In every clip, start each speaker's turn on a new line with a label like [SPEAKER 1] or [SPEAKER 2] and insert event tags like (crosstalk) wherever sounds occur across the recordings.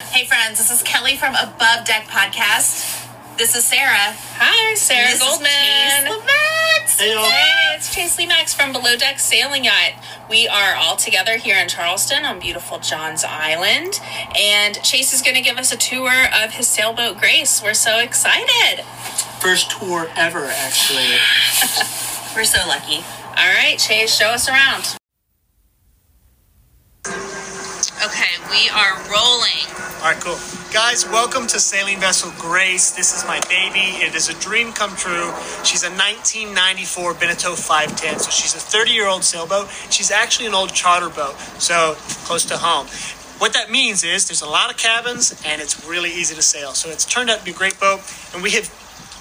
[SPEAKER 1] Hey friends, this is Kelly from Above Deck Podcast. This is Sarah.
[SPEAKER 2] Hi, Sarah
[SPEAKER 1] this
[SPEAKER 2] Goldman.
[SPEAKER 1] is Chase Lemax.
[SPEAKER 2] Hey, it's Chase Lee Max from Below Deck Sailing Yacht. We are all together here in Charleston on beautiful John's Island, and Chase is going to give us a tour of his sailboat Grace. We're so excited.
[SPEAKER 3] First tour ever, actually.
[SPEAKER 1] (laughs) We're so lucky.
[SPEAKER 2] All right, Chase, show us around. Okay, we are rolling.
[SPEAKER 3] All right, cool. Guys, welcome to Sailing Vessel Grace. This is my baby. It is a dream come true. She's a 1994 Beneteau 510, so she's a 30 year old sailboat. She's actually an old charter boat, so close to home. What that means is there's a lot of cabins and it's really easy to sail. So it's turned out to be a great boat, and we have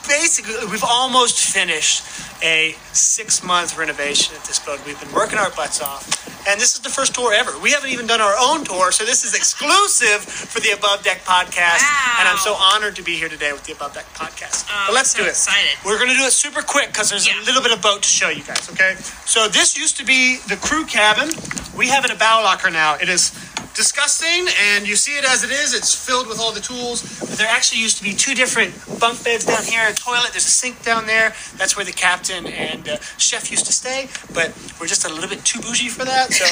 [SPEAKER 3] basically we've almost finished a six month renovation at this boat. We've been working our butts off, and this is the first tour ever. We haven't even done our own tour, so this is exclusive for the Above Deck podcast.
[SPEAKER 2] Wow.
[SPEAKER 3] And I'm so honored to be here today with the Above Deck podcast.
[SPEAKER 2] Oh,
[SPEAKER 3] but let's
[SPEAKER 2] I'm so
[SPEAKER 3] do it.
[SPEAKER 2] excited.
[SPEAKER 3] We're going to do it super quick because there's a
[SPEAKER 2] Yeah.
[SPEAKER 3] little bit of boat to show you guys. Okay, so this used to be the crew cabin. We have it a bow locker now. It is disgusting and you see it as it is it's filled with all the tools but there actually used to be two different bunk beds down here a toilet there's a sink down there that's where the captain and uh, chef used to stay but we're just a little bit too bougie for that so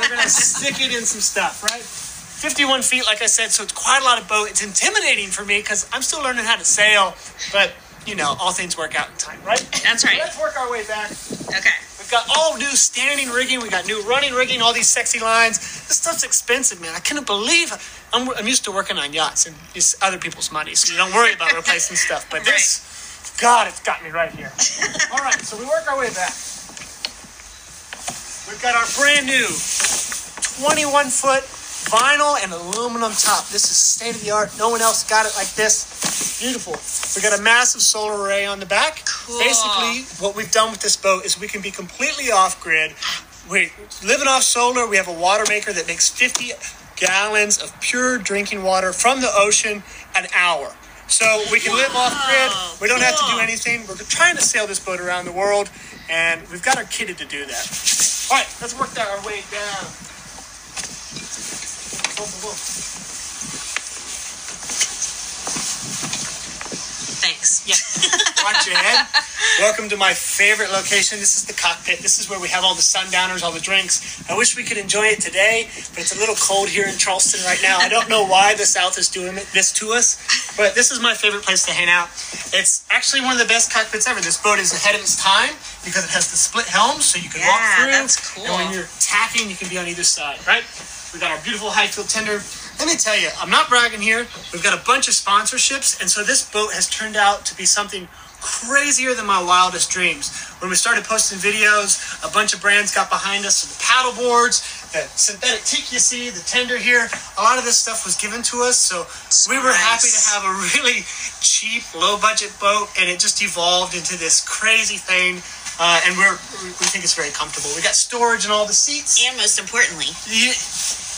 [SPEAKER 3] we're gonna (laughs) stick it in some stuff right 51 feet like i said so it's quite a lot of boat it's intimidating for me because i'm still learning how to sail but you know all things work out in time right
[SPEAKER 2] That's right.
[SPEAKER 3] let's work our way back
[SPEAKER 2] Okay.
[SPEAKER 3] We've got all new standing rigging. We got new running rigging. All these sexy lines. This stuff's expensive, man. I couldn't believe. I'm, I'm used to working on yachts and it's other people's money, so you don't worry about
[SPEAKER 2] (laughs)
[SPEAKER 3] replacing stuff. But this, God, it's got me right here. all right, so we work our way back. We've got our brand new 21 foot vinyl and aluminum top. This is state of the art. No one else got it like this. Beautiful. We got a massive solar array on the back. Cool. Basically, what we've done with this boat is we can be completely off grid. We're living off solar. We have a water maker that makes 50 gallons of pure drinking water from the ocean an hour. So we can live off grid. We don't have to do anything. We're trying to sail this boat around the world, and we've got our kitted to do that. All right, let's work that our way down. Whoa, whoa, whoa.
[SPEAKER 2] Thanks. Yeah.
[SPEAKER 3] Watch your head. Welcome to my favorite location. This is the cockpit. This is where we have all the sundowners, all the drinks. I wish we could enjoy it today, but it's a little cold here in Charleston right now. I don't know why the South is doing it- this to us, but this is my favorite place to hang out. It's actually one of the best cockpits ever. This boat is ahead of its time because it has the split helms, so you can walk
[SPEAKER 2] Yeah,
[SPEAKER 3] through.
[SPEAKER 2] that's cool.
[SPEAKER 3] And when you're tacking, you can be on either side, right? We got our beautiful Highfield tender. Let me tell you, I'm not bragging here. We've got a bunch of sponsorships, and so this boat has turned out to be something crazier than my wildest dreams. When we started posting videos, a bunch of brands got behind us. So the paddle boards, the synthetic teak you see, the tender here, a lot of this stuff was given to us. So we were happy to
[SPEAKER 2] Nice.
[SPEAKER 3] have a really cheap, low budget boat, and it just evolved into this crazy thing. Uh, and we're, we think it's very comfortable. We got storage in all the seats.
[SPEAKER 1] And most importantly,
[SPEAKER 3] You-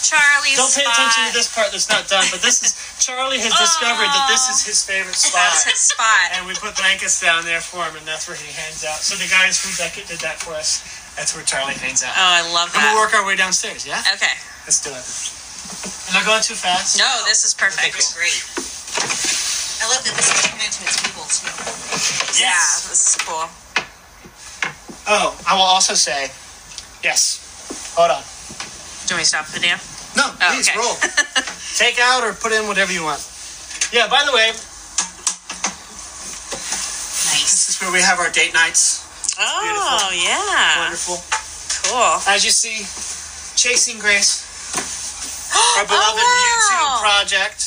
[SPEAKER 1] Charlie's
[SPEAKER 3] don't pay
[SPEAKER 1] spot.
[SPEAKER 3] attention to this part that's not done, but this is Charlie has discovered that this is his favorite
[SPEAKER 2] That's
[SPEAKER 3] spot.
[SPEAKER 2] his spot.
[SPEAKER 3] and we put blankets down there for him, and that's where he hangs out. So the guys from Beckett did that for us. That's where Charlie hangs out.
[SPEAKER 2] Oh, I love
[SPEAKER 3] and we'll
[SPEAKER 2] that.
[SPEAKER 3] work our way downstairs, yeah?
[SPEAKER 2] Okay.
[SPEAKER 3] Let's do it. Am I going too fast?
[SPEAKER 2] No, this is perfect.
[SPEAKER 3] Okay,
[SPEAKER 1] Great. I love that this is coming to its people too.
[SPEAKER 2] Yeah, this is cool.
[SPEAKER 3] Oh, I will also say Yes. Hold on.
[SPEAKER 2] Do we stop the video?
[SPEAKER 3] No, please
[SPEAKER 2] Oh, okay. (laughs)
[SPEAKER 3] roll. Take out or put in whatever you want. Yeah. By the way,
[SPEAKER 2] Nice.
[SPEAKER 3] this is where we have our date nights.
[SPEAKER 2] Oh, yeah.
[SPEAKER 3] Wonderful.
[SPEAKER 2] Cool.
[SPEAKER 3] As you see, Chasing
[SPEAKER 2] (gasps)
[SPEAKER 3] Grace, our beloved
[SPEAKER 2] Oh, wow.
[SPEAKER 3] YouTube project.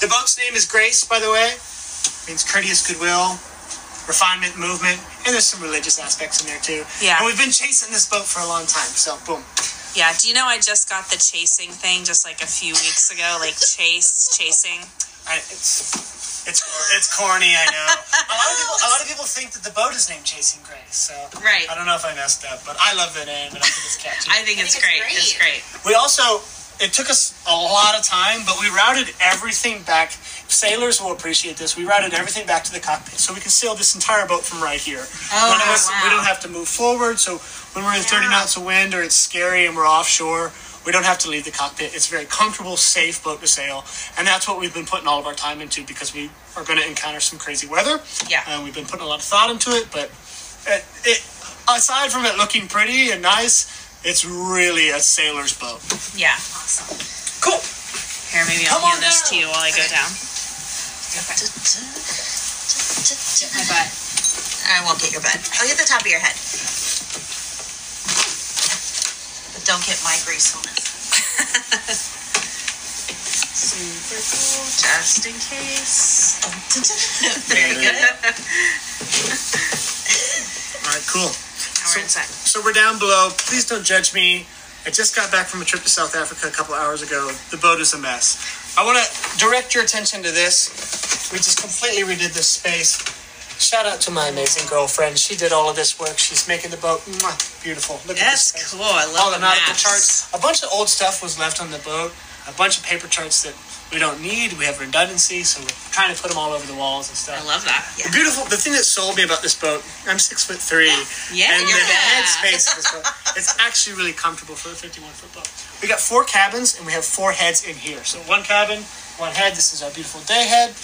[SPEAKER 3] The boat's name is Grace, by the way. means courteous goodwill, refinement, movement, and there's some religious aspects in there too.
[SPEAKER 2] Yeah.
[SPEAKER 3] And we've been chasing this boat for a long time, so boom.
[SPEAKER 2] Yeah, do you know I just got the chasing thing just like a few weeks ago? Like chase, chasing.
[SPEAKER 3] I, it's it's it's corny, I know. a lot of people a lot of people think that the boat is named Chasing Grace, so
[SPEAKER 2] Right.
[SPEAKER 3] I don't know if I messed up, but I love the name and I think it's catchy.
[SPEAKER 2] I think, it's,
[SPEAKER 1] it's
[SPEAKER 2] great.
[SPEAKER 1] great.
[SPEAKER 2] It's great.
[SPEAKER 3] We also, it took us a lot of time, but we routed everything back. Sailors will appreciate this. We routed everything back to the cockpit, so we can sail this entire boat from right here.
[SPEAKER 2] Oh,
[SPEAKER 3] None of us,
[SPEAKER 2] wow.
[SPEAKER 3] We don't have to move forward, so when we're in 30 knots of wind or it's scary and we're offshore, we don't have to leave the cockpit. It's a very comfortable, safe boat to sail, and that's what we've been putting all of our time into because we are going to encounter some crazy weather.
[SPEAKER 2] Yeah.
[SPEAKER 3] And we've been putting a lot of thought into it, but it, it, aside from it looking pretty and nice, it's really a sailor's boat.
[SPEAKER 2] Yeah.
[SPEAKER 3] Cool.
[SPEAKER 2] Here, maybe I'll
[SPEAKER 3] Come on
[SPEAKER 2] hand this to
[SPEAKER 3] down.
[SPEAKER 2] you while I go down.
[SPEAKER 1] My butt. I won't get your butt. I'll get the top of your head. But don't get my grease on it. Super cool, just in case. there you go.
[SPEAKER 3] All right, cool.
[SPEAKER 2] Now we're inside.
[SPEAKER 3] So we're down below. Please don't judge me. I just got back from a trip to South Africa a couple hours ago. The boat is a mess. I want to direct your attention to this. We just completely redid this space. Shout out to my amazing girlfriend. She did all of this work. She's making the boat mwah, beautiful. Look at this space.
[SPEAKER 2] That's cool. I
[SPEAKER 3] all
[SPEAKER 2] love
[SPEAKER 3] the, nautical
[SPEAKER 2] maps.
[SPEAKER 3] charts. A bunch of old stuff was left on the boat. A bunch of paper charts that we don't need. We have redundancy, so we're trying to put them all over the walls and stuff.
[SPEAKER 2] I love that.
[SPEAKER 3] The beautiful, the thing that sold me about this boat, I'm six foot three.
[SPEAKER 2] (gasps) Yeah.
[SPEAKER 3] And the head space of this boat, it's actually really comfortable for a 51 foot boat. We got four cabins and we have four heads in here. So one cabin, one head. This is our beautiful day head.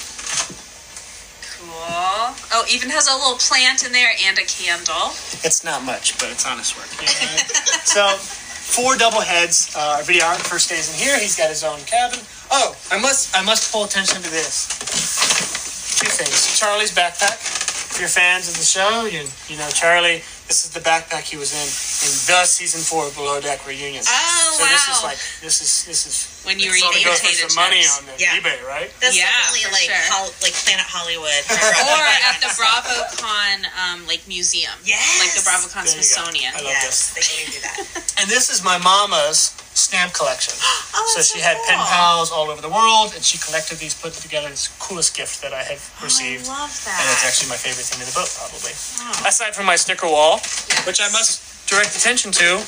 [SPEAKER 2] Cool. Oh, even has a little plant in there and a candle.
[SPEAKER 3] It's not much, but it's honest work. you know what I mean? (laughs) so, four double heads. Uh, our videographer stays in here. He's got his own cabin. Oh, I must I must pull attention to this. Two things. Charlie's backpack. If you're fans of the show, you you know Charlie. This is the backpack he was in in the season four Below Deck reunion.
[SPEAKER 2] Oh,
[SPEAKER 3] so this is
[SPEAKER 2] wow.
[SPEAKER 3] like this is this is
[SPEAKER 2] When you
[SPEAKER 3] this is all
[SPEAKER 2] eat
[SPEAKER 3] that goes for
[SPEAKER 2] potato
[SPEAKER 3] some money
[SPEAKER 2] chips.
[SPEAKER 3] on the
[SPEAKER 1] Yeah.
[SPEAKER 3] eBay, right?
[SPEAKER 1] That's
[SPEAKER 2] Yeah,
[SPEAKER 1] definitely
[SPEAKER 2] for
[SPEAKER 1] like
[SPEAKER 2] sure.
[SPEAKER 1] Hol- like Planet Hollywood.
[SPEAKER 3] (laughs)
[SPEAKER 2] Or at the BravoCon um, like museum.
[SPEAKER 1] Yes.
[SPEAKER 2] Like the BravoCon
[SPEAKER 3] There you go.
[SPEAKER 2] Smithsonian.
[SPEAKER 3] I love
[SPEAKER 1] yes, they can do that.
[SPEAKER 3] And this is my mama's stamp collection.
[SPEAKER 2] (gasps)
[SPEAKER 1] Oh,
[SPEAKER 3] so
[SPEAKER 1] that's
[SPEAKER 3] she
[SPEAKER 1] so
[SPEAKER 3] had pen
[SPEAKER 1] cool.
[SPEAKER 3] pals all over the world, and she collected these, put them together. It's the coolest gift that I have
[SPEAKER 1] Oh,
[SPEAKER 3] received.
[SPEAKER 2] love that.
[SPEAKER 3] And it's actually my favorite thing in the boat, probably.
[SPEAKER 1] Oh.
[SPEAKER 3] Aside from my sticker wall, which I must direct attention to.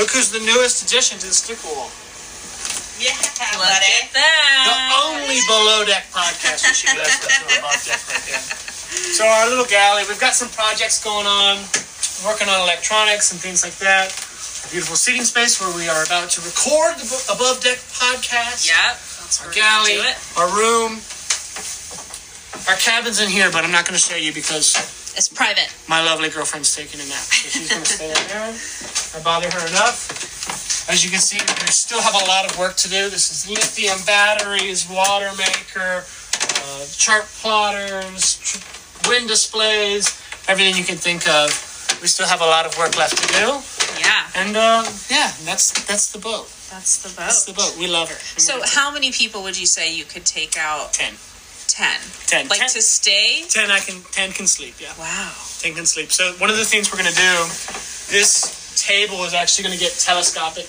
[SPEAKER 3] Look who's the newest addition to the sticker wall.
[SPEAKER 1] Yeah,
[SPEAKER 2] Look
[SPEAKER 1] buddy.
[SPEAKER 2] at that.
[SPEAKER 3] The only below deck podcast we should have above deck right there. So our little galley, we've got some projects going on, working on electronics and things like that. Our beautiful seating space where we are about to record the bo- above deck podcast.
[SPEAKER 2] Yep. That's
[SPEAKER 3] Our
[SPEAKER 2] where
[SPEAKER 3] galley,
[SPEAKER 2] we do it.
[SPEAKER 3] our room, our cabin's in here, but I'm not going to show you because
[SPEAKER 2] It's private.
[SPEAKER 3] my lovely girlfriend's taking a nap. So she's going to stay in there. I bother her enough. As you can see, we still have a lot of work to do. This is lithium batteries, water maker, uh, chart plotters, tr- wind displays, everything you can think of. We still have a lot of work left to do.
[SPEAKER 2] Yeah.
[SPEAKER 3] And uh, yeah, that's that's the boat.
[SPEAKER 2] That's the boat.
[SPEAKER 3] That's the boat. We love her. And
[SPEAKER 2] So
[SPEAKER 3] we're
[SPEAKER 2] how many people would you say you could take out?
[SPEAKER 3] ten.
[SPEAKER 2] Ten.
[SPEAKER 3] Ten.
[SPEAKER 2] Like
[SPEAKER 3] Ten.
[SPEAKER 2] to stay?
[SPEAKER 3] Ten I can ten can sleep, yeah.
[SPEAKER 2] Wow.
[SPEAKER 3] Ten can sleep. So one of the things we're gonna do, this table is actually gonna get telescopic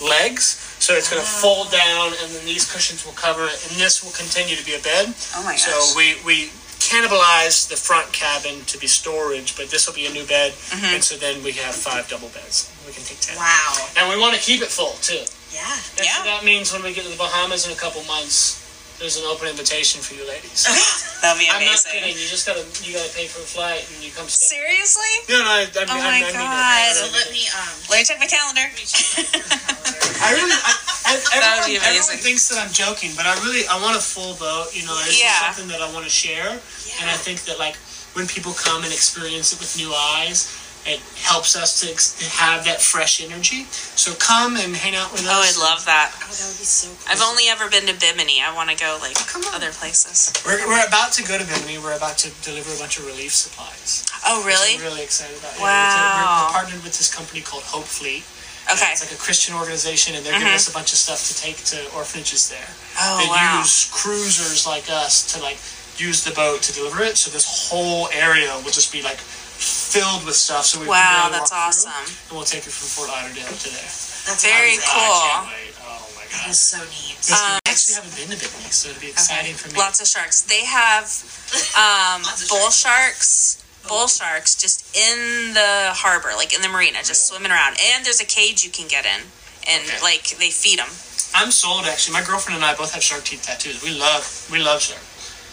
[SPEAKER 3] legs. So it's gonna
[SPEAKER 2] Ah.
[SPEAKER 3] fold down and then these cushions will cover it and this will continue to be a bed.
[SPEAKER 2] Oh my gosh.
[SPEAKER 3] So we, we cannibalized the front cabin to be storage, but this will be a new bed.
[SPEAKER 2] Mm-hmm.
[SPEAKER 3] And so then we have five double beds. We can take ten.
[SPEAKER 1] Wow.
[SPEAKER 3] And we wanna keep it full too.
[SPEAKER 1] Yeah.
[SPEAKER 3] And
[SPEAKER 2] Yeah.
[SPEAKER 3] so that means when we get to the Bahamas in a couple months, there's an open invitation for you ladies.
[SPEAKER 2] (gasps) That'd be
[SPEAKER 3] I'm not
[SPEAKER 2] amazing.
[SPEAKER 3] kidding. You just gotta you gotta pay for a flight and you come stay.
[SPEAKER 2] Seriously?
[SPEAKER 3] No, no, I, I, oh
[SPEAKER 2] my
[SPEAKER 3] I, I,
[SPEAKER 2] God.
[SPEAKER 3] Mean
[SPEAKER 1] So let me um.
[SPEAKER 2] Let me check my calendar.
[SPEAKER 3] it. I really, I, I,
[SPEAKER 2] That would be
[SPEAKER 3] everyone, everyone
[SPEAKER 2] amazing.
[SPEAKER 3] thinks that I'm joking, but I really, I want a full boat. You know, this
[SPEAKER 2] Yeah.
[SPEAKER 3] is something that I want to share, and I think that like when people come and experience it with new eyes, It helps us to ex- have that fresh energy. So come and hang out with
[SPEAKER 2] (laughs) Oh,
[SPEAKER 3] us.
[SPEAKER 2] I'd love that.
[SPEAKER 4] Oh, that would be so cool.
[SPEAKER 2] I've only ever been to Bimini. I want to go like
[SPEAKER 4] on.
[SPEAKER 2] other places.
[SPEAKER 3] We're, we're about to go to Bimini. We're about to deliver a bunch of relief supplies.
[SPEAKER 2] Oh, really?
[SPEAKER 3] Which I'm really excited about.
[SPEAKER 2] Wow.
[SPEAKER 3] we're, we're partnered with this company called Hope Fleet.
[SPEAKER 2] Okay. Mm-hmm.
[SPEAKER 3] It's like a Christian organization, and they're giving us a bunch of stuff to take to orphanages there.
[SPEAKER 2] Oh,
[SPEAKER 3] they
[SPEAKER 2] wow.
[SPEAKER 3] use cruisers like us to like use the boat to deliver it. So this whole area will just be like filled with stuff. So we can
[SPEAKER 2] Wow,
[SPEAKER 3] barely
[SPEAKER 2] that's
[SPEAKER 3] walk through,
[SPEAKER 2] awesome.
[SPEAKER 3] and we'll take it from Fort Lauderdale to there.
[SPEAKER 4] That's
[SPEAKER 2] Very
[SPEAKER 4] awesome.
[SPEAKER 3] I
[SPEAKER 2] cool.
[SPEAKER 3] can't wait. Oh my
[SPEAKER 4] That
[SPEAKER 3] god.
[SPEAKER 4] is so neat.
[SPEAKER 3] I actually haven't been to Bimini, so it'll be exciting for me.
[SPEAKER 2] Lots of sharks. They have
[SPEAKER 3] (laughs)
[SPEAKER 2] um,
[SPEAKER 4] Lots of
[SPEAKER 2] bull sharks.
[SPEAKER 3] Oh.
[SPEAKER 2] Bull sharks just in the harbor, like in the marina, just swimming around. And there's a cage you can get in, and
[SPEAKER 3] Okay.
[SPEAKER 2] like they feed them.
[SPEAKER 3] I'm sold actually. My girlfriend and I both have shark teeth tattoos. We love we love shark.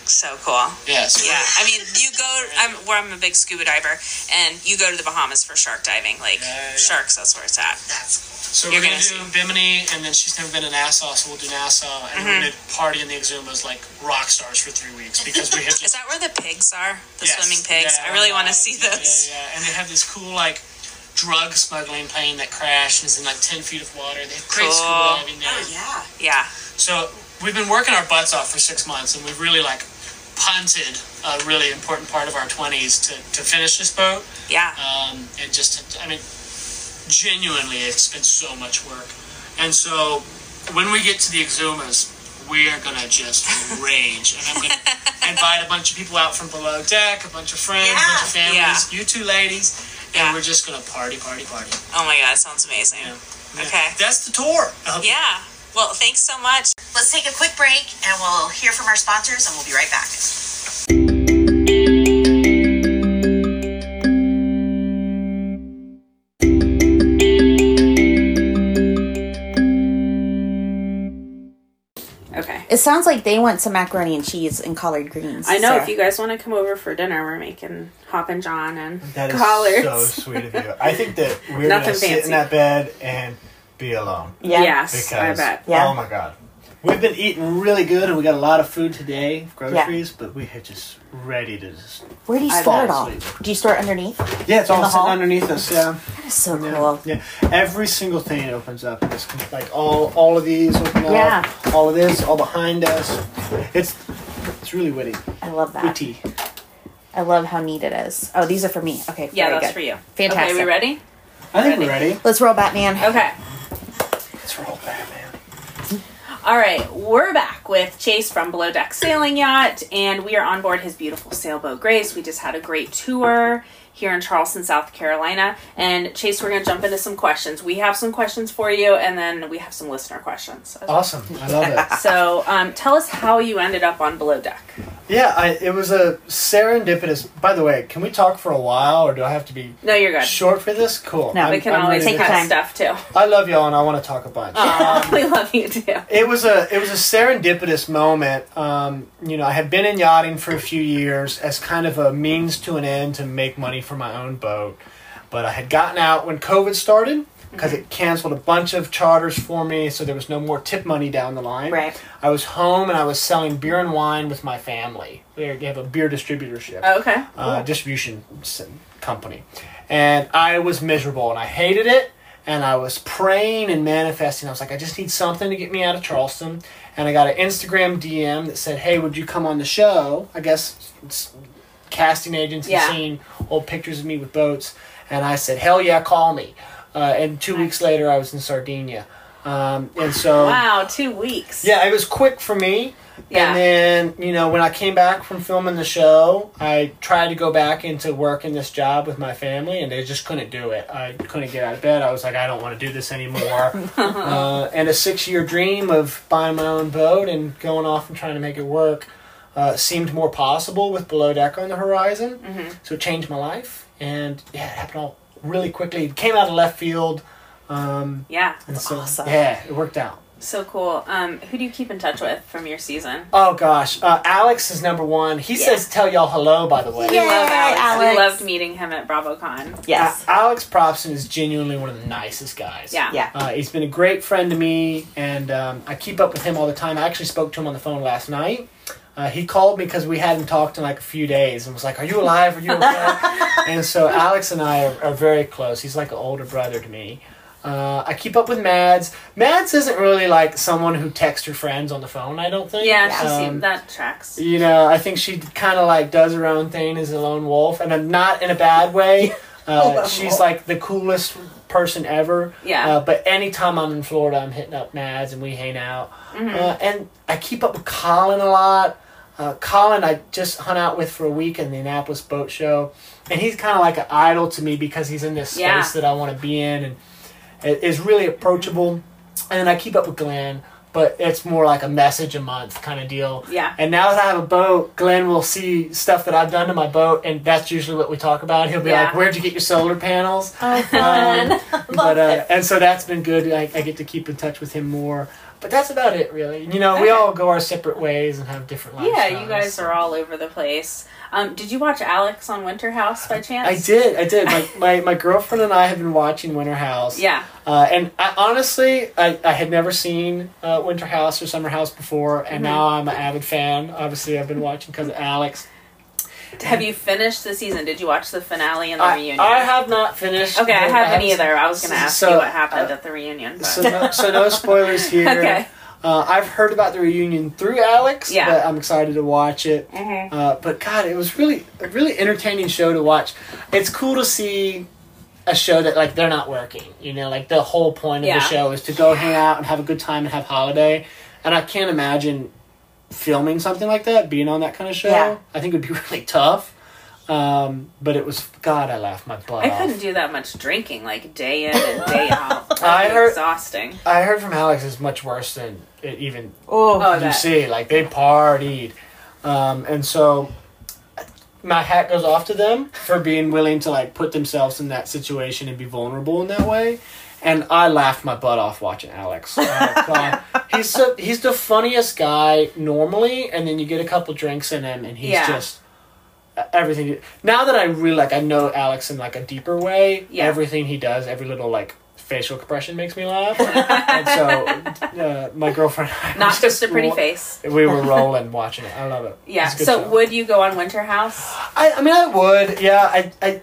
[SPEAKER 2] So cool.
[SPEAKER 3] Yeah, so
[SPEAKER 2] Yeah, I mean, you
[SPEAKER 3] (laughs)
[SPEAKER 2] go. I'm where I'm a big scuba diver, and you go to the Bahamas for shark diving. Like
[SPEAKER 3] Yeah, yeah.
[SPEAKER 2] sharks, that's where it's at.
[SPEAKER 4] That's cool.
[SPEAKER 3] So
[SPEAKER 2] You're
[SPEAKER 3] we're gonna,
[SPEAKER 2] gonna
[SPEAKER 3] do Bimini, and then she's never been to Nassau, so we'll do Nassau, and we're
[SPEAKER 2] Mm-hmm.
[SPEAKER 3] gonna party in the Exumas like rock stars for three
[SPEAKER 2] (laughs)
[SPEAKER 3] weeks because we have
[SPEAKER 2] Is that where the pigs are? The
[SPEAKER 3] Yes.
[SPEAKER 2] swimming pigs.
[SPEAKER 3] Yeah,
[SPEAKER 2] I really want
[SPEAKER 3] yeah,
[SPEAKER 2] to see
[SPEAKER 3] yeah,
[SPEAKER 2] those.
[SPEAKER 3] Yeah, yeah, and they have this cool like drug smuggling plane that crashed and is in like ten feet of water. They have great
[SPEAKER 2] Cool.
[SPEAKER 3] scuba diving there.
[SPEAKER 4] Oh, yeah.
[SPEAKER 2] Yeah.
[SPEAKER 3] So we've been working our butts off for six months, and we've really like punted a really important part of our twenties to to finish this boat.
[SPEAKER 2] Yeah.
[SPEAKER 3] um, and just I mean, genuinely, it's been so much work. And so, when we get to the Exumas, we are gonna
[SPEAKER 2] (laughs)
[SPEAKER 3] just rage, and I'm gonna invite a bunch of people out from below deck, a bunch of friends, a bunch of families,
[SPEAKER 2] Yeah.
[SPEAKER 3] you two ladies, and
[SPEAKER 2] Yeah.
[SPEAKER 3] we're just gonna party, party, party.
[SPEAKER 2] Oh my god, that sounds amazing.
[SPEAKER 3] Yeah.
[SPEAKER 2] Okay.
[SPEAKER 3] that's the tour.
[SPEAKER 2] Yeah. Well, thanks so much.
[SPEAKER 4] Let's take a quick break and we'll hear from our sponsors and we'll be right back.
[SPEAKER 5] Okay.
[SPEAKER 6] It sounds like they want some macaroni and cheese and collard greens.
[SPEAKER 5] I know
[SPEAKER 6] Sarah.
[SPEAKER 5] if you guys want to come over for dinner, we're making Hop and John and
[SPEAKER 7] That is
[SPEAKER 5] collards.
[SPEAKER 7] so sweet of you. I think that we're
[SPEAKER 5] Nothing
[SPEAKER 7] gonna sit
[SPEAKER 5] fancy.
[SPEAKER 7] in that bed and be alone
[SPEAKER 6] Yeah.
[SPEAKER 5] Yes,
[SPEAKER 7] because
[SPEAKER 5] I bet.
[SPEAKER 6] Yeah.
[SPEAKER 7] oh my god, we've been eating really good and we got a lot of food today, groceries, but we are just ready to just
[SPEAKER 6] Where do you
[SPEAKER 7] I
[SPEAKER 6] store it all?
[SPEAKER 7] love sweet.
[SPEAKER 6] Do you store it underneath?
[SPEAKER 7] yeah, it's
[SPEAKER 6] In
[SPEAKER 7] all
[SPEAKER 6] the
[SPEAKER 7] sitting
[SPEAKER 6] hall?
[SPEAKER 7] underneath us. Yeah,
[SPEAKER 6] That is so
[SPEAKER 7] yeah,
[SPEAKER 6] cool.
[SPEAKER 7] yeah. Every single thing opens up. It's like all all of these open up.
[SPEAKER 6] Yeah.
[SPEAKER 7] all of this, all behind us. It's it's really witty,
[SPEAKER 6] I love that.
[SPEAKER 7] witty.
[SPEAKER 6] I love how neat it is. Oh, these are for me. Okay.
[SPEAKER 5] Yeah,
[SPEAKER 6] very
[SPEAKER 5] that's
[SPEAKER 6] good.
[SPEAKER 5] for you.
[SPEAKER 6] Fantastic.
[SPEAKER 5] Okay, we ready?
[SPEAKER 7] I think we're ready.
[SPEAKER 6] Let's roll Batman.
[SPEAKER 5] Okay.
[SPEAKER 7] Let's roll Batman.
[SPEAKER 5] All right, we're back with Chase from Below Deck Sailing Yacht, and we are on board his beautiful sailboat Grace. We just had a great tour here in Charleston, South Carolina. And Chase, we're going to jump into some questions. We have some questions for you, and then we have some listener questions.
[SPEAKER 7] Awesome, I love it.
[SPEAKER 5] So um, tell us how you ended up on Below Deck.
[SPEAKER 7] (laughs) Yeah, I, it was a serendipitous. By the way, can we talk for a while, or do I have to be
[SPEAKER 5] No, you're good.
[SPEAKER 7] short for this? Cool.
[SPEAKER 6] No,
[SPEAKER 5] We can always
[SPEAKER 7] ready to
[SPEAKER 5] cut
[SPEAKER 7] talk.
[SPEAKER 5] stuff too. (laughs)
[SPEAKER 7] I love y'all, and I want to talk a bunch.
[SPEAKER 5] we love you too.
[SPEAKER 7] it was a it was a serendipitous moment. Um, you know, I had been in yachting for a few years as kind of a means to an end to make money for my own boat, but I had gotten out when COVID started because it canceled a bunch of charters for me, so there was no more tip money down the line.
[SPEAKER 6] Right.
[SPEAKER 7] I was home and I was selling beer and wine with my family. We have a beer distributorship
[SPEAKER 5] Okay.
[SPEAKER 7] uh, distribution s- company. And I was miserable and I hated it. And I was praying and manifesting. I was like, I just need something to get me out of Charleston. And I got an Instagram DM that said, Hey, would you come on the show? I guess it's casting agents
[SPEAKER 5] Yeah.
[SPEAKER 7] and seeing old pictures of me with boats. And I said, Hell yeah, call me. Uh, and two weeks later, I was in Sardinia. Um, and so.
[SPEAKER 5] Wow, two weeks.
[SPEAKER 7] Yeah, it was quick for me.
[SPEAKER 5] Yeah.
[SPEAKER 7] And then, you know, when I came back from filming the show, I tried to go back into working this job with my family, and they just couldn't do it. I couldn't get out of bed. I was like, I don't want to do this anymore. uh, and a six year dream of buying my own boat and going off and trying to make it work uh, seemed more possible with Below Deck on the horizon. So it changed my life. And yeah, it happened all really quickly. It came out of left field. Um,
[SPEAKER 5] Yeah.
[SPEAKER 7] and so,
[SPEAKER 6] awesome.
[SPEAKER 7] Yeah, it worked out.
[SPEAKER 5] So cool. Um, who do you keep in touch with from your season?
[SPEAKER 7] Oh gosh, uh, Alex is number one. He says, "Tell y'all hello." By the way,
[SPEAKER 5] We love Alex. We
[SPEAKER 6] Alex.
[SPEAKER 5] loved meeting him at BravoCon.
[SPEAKER 7] Uh,
[SPEAKER 6] Yes.
[SPEAKER 7] Alex Propson is genuinely one of the nicest guys.
[SPEAKER 5] Yeah.
[SPEAKER 6] Yeah.
[SPEAKER 7] Uh, he's been a great friend to me, and um, I keep up with him all the time. I actually spoke to him on the phone last night. Uh, he called me because we hadn't talked in like a few days and was like, Are you alive? Are
[SPEAKER 5] (laughs)
[SPEAKER 7] you okay? and so Alex and I are, are very close. He's like an older brother to me. Uh, I keep up with Mads. Mads isn't really like someone who texts her friends on the phone, I don't think.
[SPEAKER 5] Yeah, she
[SPEAKER 7] Um,
[SPEAKER 5] seemed that tracks.
[SPEAKER 7] you know, I think she kind of like does her own thing as a lone wolf, and I'm not in a
[SPEAKER 5] (laughs)
[SPEAKER 7] bad way. Uh,
[SPEAKER 5] Lone
[SPEAKER 7] she's
[SPEAKER 5] wolf.
[SPEAKER 7] like the coolest person ever.
[SPEAKER 5] Oh, Yeah.
[SPEAKER 7] Uh, but anytime I'm in Florida, I'm hitting up Mads and we hang out.
[SPEAKER 5] Mhm.
[SPEAKER 7] Uh, and I keep up with Colin a lot. Uh, Colin, I just hung out with for a week in the Annapolis Boat Show, and he's kind of like an idol to me because he's in this space
[SPEAKER 5] Yeah.
[SPEAKER 7] that I want to be in, and it is really approachable. And then I keep up with Glenn, but it's more like a message a month kind of deal.
[SPEAKER 5] Yeah.
[SPEAKER 7] And now that I have a boat, Glenn will see stuff that I've done to my boat, and that's usually what we talk about. He'll be
[SPEAKER 5] Yeah.
[SPEAKER 7] like, "Where'd you get your solar panels?"
[SPEAKER 6] Oh,
[SPEAKER 7] fun.
[SPEAKER 5] (laughs)
[SPEAKER 7] but uh, and so that's been good. I, I get to keep in touch with him more. But that's about it, really. You know,
[SPEAKER 5] Okay.
[SPEAKER 7] we all go our separate ways and have different lives.
[SPEAKER 5] Yeah, you guys are all over the place. Um, did you watch Alex on Winter House by chance?
[SPEAKER 7] I did. I did. My, my my girlfriend and I have been watching Winter House.
[SPEAKER 5] (laughs) Yeah.
[SPEAKER 7] Uh, and I, honestly, I, I had never seen uh, Winter House or Summer House before, and
[SPEAKER 5] Mhm.
[SPEAKER 7] now I'm an avid fan. Obviously, I've been watching because of Alex.
[SPEAKER 5] Have you finished the season? Did you watch the finale and the
[SPEAKER 7] I-
[SPEAKER 5] reunion?
[SPEAKER 7] I have not finished.
[SPEAKER 5] Okay, I
[SPEAKER 7] the-
[SPEAKER 5] haven't
[SPEAKER 7] I haven't-
[SPEAKER 5] either. I was going to ask
[SPEAKER 7] So, uh,
[SPEAKER 5] you what happened at the reunion. But. (laughs)
[SPEAKER 7] So no, so no spoilers here.
[SPEAKER 5] Okay.
[SPEAKER 7] Uh, I've heard about the reunion through Alex,
[SPEAKER 5] Yeah.
[SPEAKER 7] but I'm excited to watch it.
[SPEAKER 5] Mhm.
[SPEAKER 7] Uh, but God, it was really a really entertaining show to watch. It's cool to see a show that like they're not working. You know, like the whole point of
[SPEAKER 5] Yeah.
[SPEAKER 7] the show is to go hang out and have a good time and have holiday. And I can't imagine filming something like that, being on that kind of show.
[SPEAKER 5] Yeah.
[SPEAKER 7] I think it would be (laughs) really tough. Um, but it was God, I laughed my butt
[SPEAKER 5] I
[SPEAKER 7] off.
[SPEAKER 5] couldn't do that much drinking, like day in and
[SPEAKER 7] (laughs)
[SPEAKER 5] day out. That'd
[SPEAKER 7] I
[SPEAKER 5] be
[SPEAKER 7] heard-
[SPEAKER 5] exhausting.
[SPEAKER 7] I heard from Alex it's much worse than it even
[SPEAKER 5] Oh, I
[SPEAKER 7] you
[SPEAKER 5] bet.
[SPEAKER 7] see. Like they partied, um, and so my hat goes off to them for being willing to like put themselves in that situation and be vulnerable in that way. And I laughed my butt off watching Alex. Uh,
[SPEAKER 5] (laughs)
[SPEAKER 7] God. he's so, he's the funniest guy normally, and then you get a couple drinks in him, and he's
[SPEAKER 5] Yeah.
[SPEAKER 7] just uh, everything. Now that I really like, I know Alex in like a deeper way.
[SPEAKER 5] Yeah.
[SPEAKER 7] Everything he does, every little like facial expression makes me laugh. and
[SPEAKER 5] (laughs)
[SPEAKER 7] so uh, my girlfriend, and I
[SPEAKER 5] Not
[SPEAKER 7] were
[SPEAKER 5] just a pretty
[SPEAKER 7] ro-
[SPEAKER 5] face. (laughs)
[SPEAKER 7] We were rolling watching it. I love it.
[SPEAKER 5] Yeah.
[SPEAKER 7] It's a good
[SPEAKER 5] So
[SPEAKER 7] show.
[SPEAKER 5] would you go on Winter House?
[SPEAKER 7] I, I mean, I would. Yeah, I, I.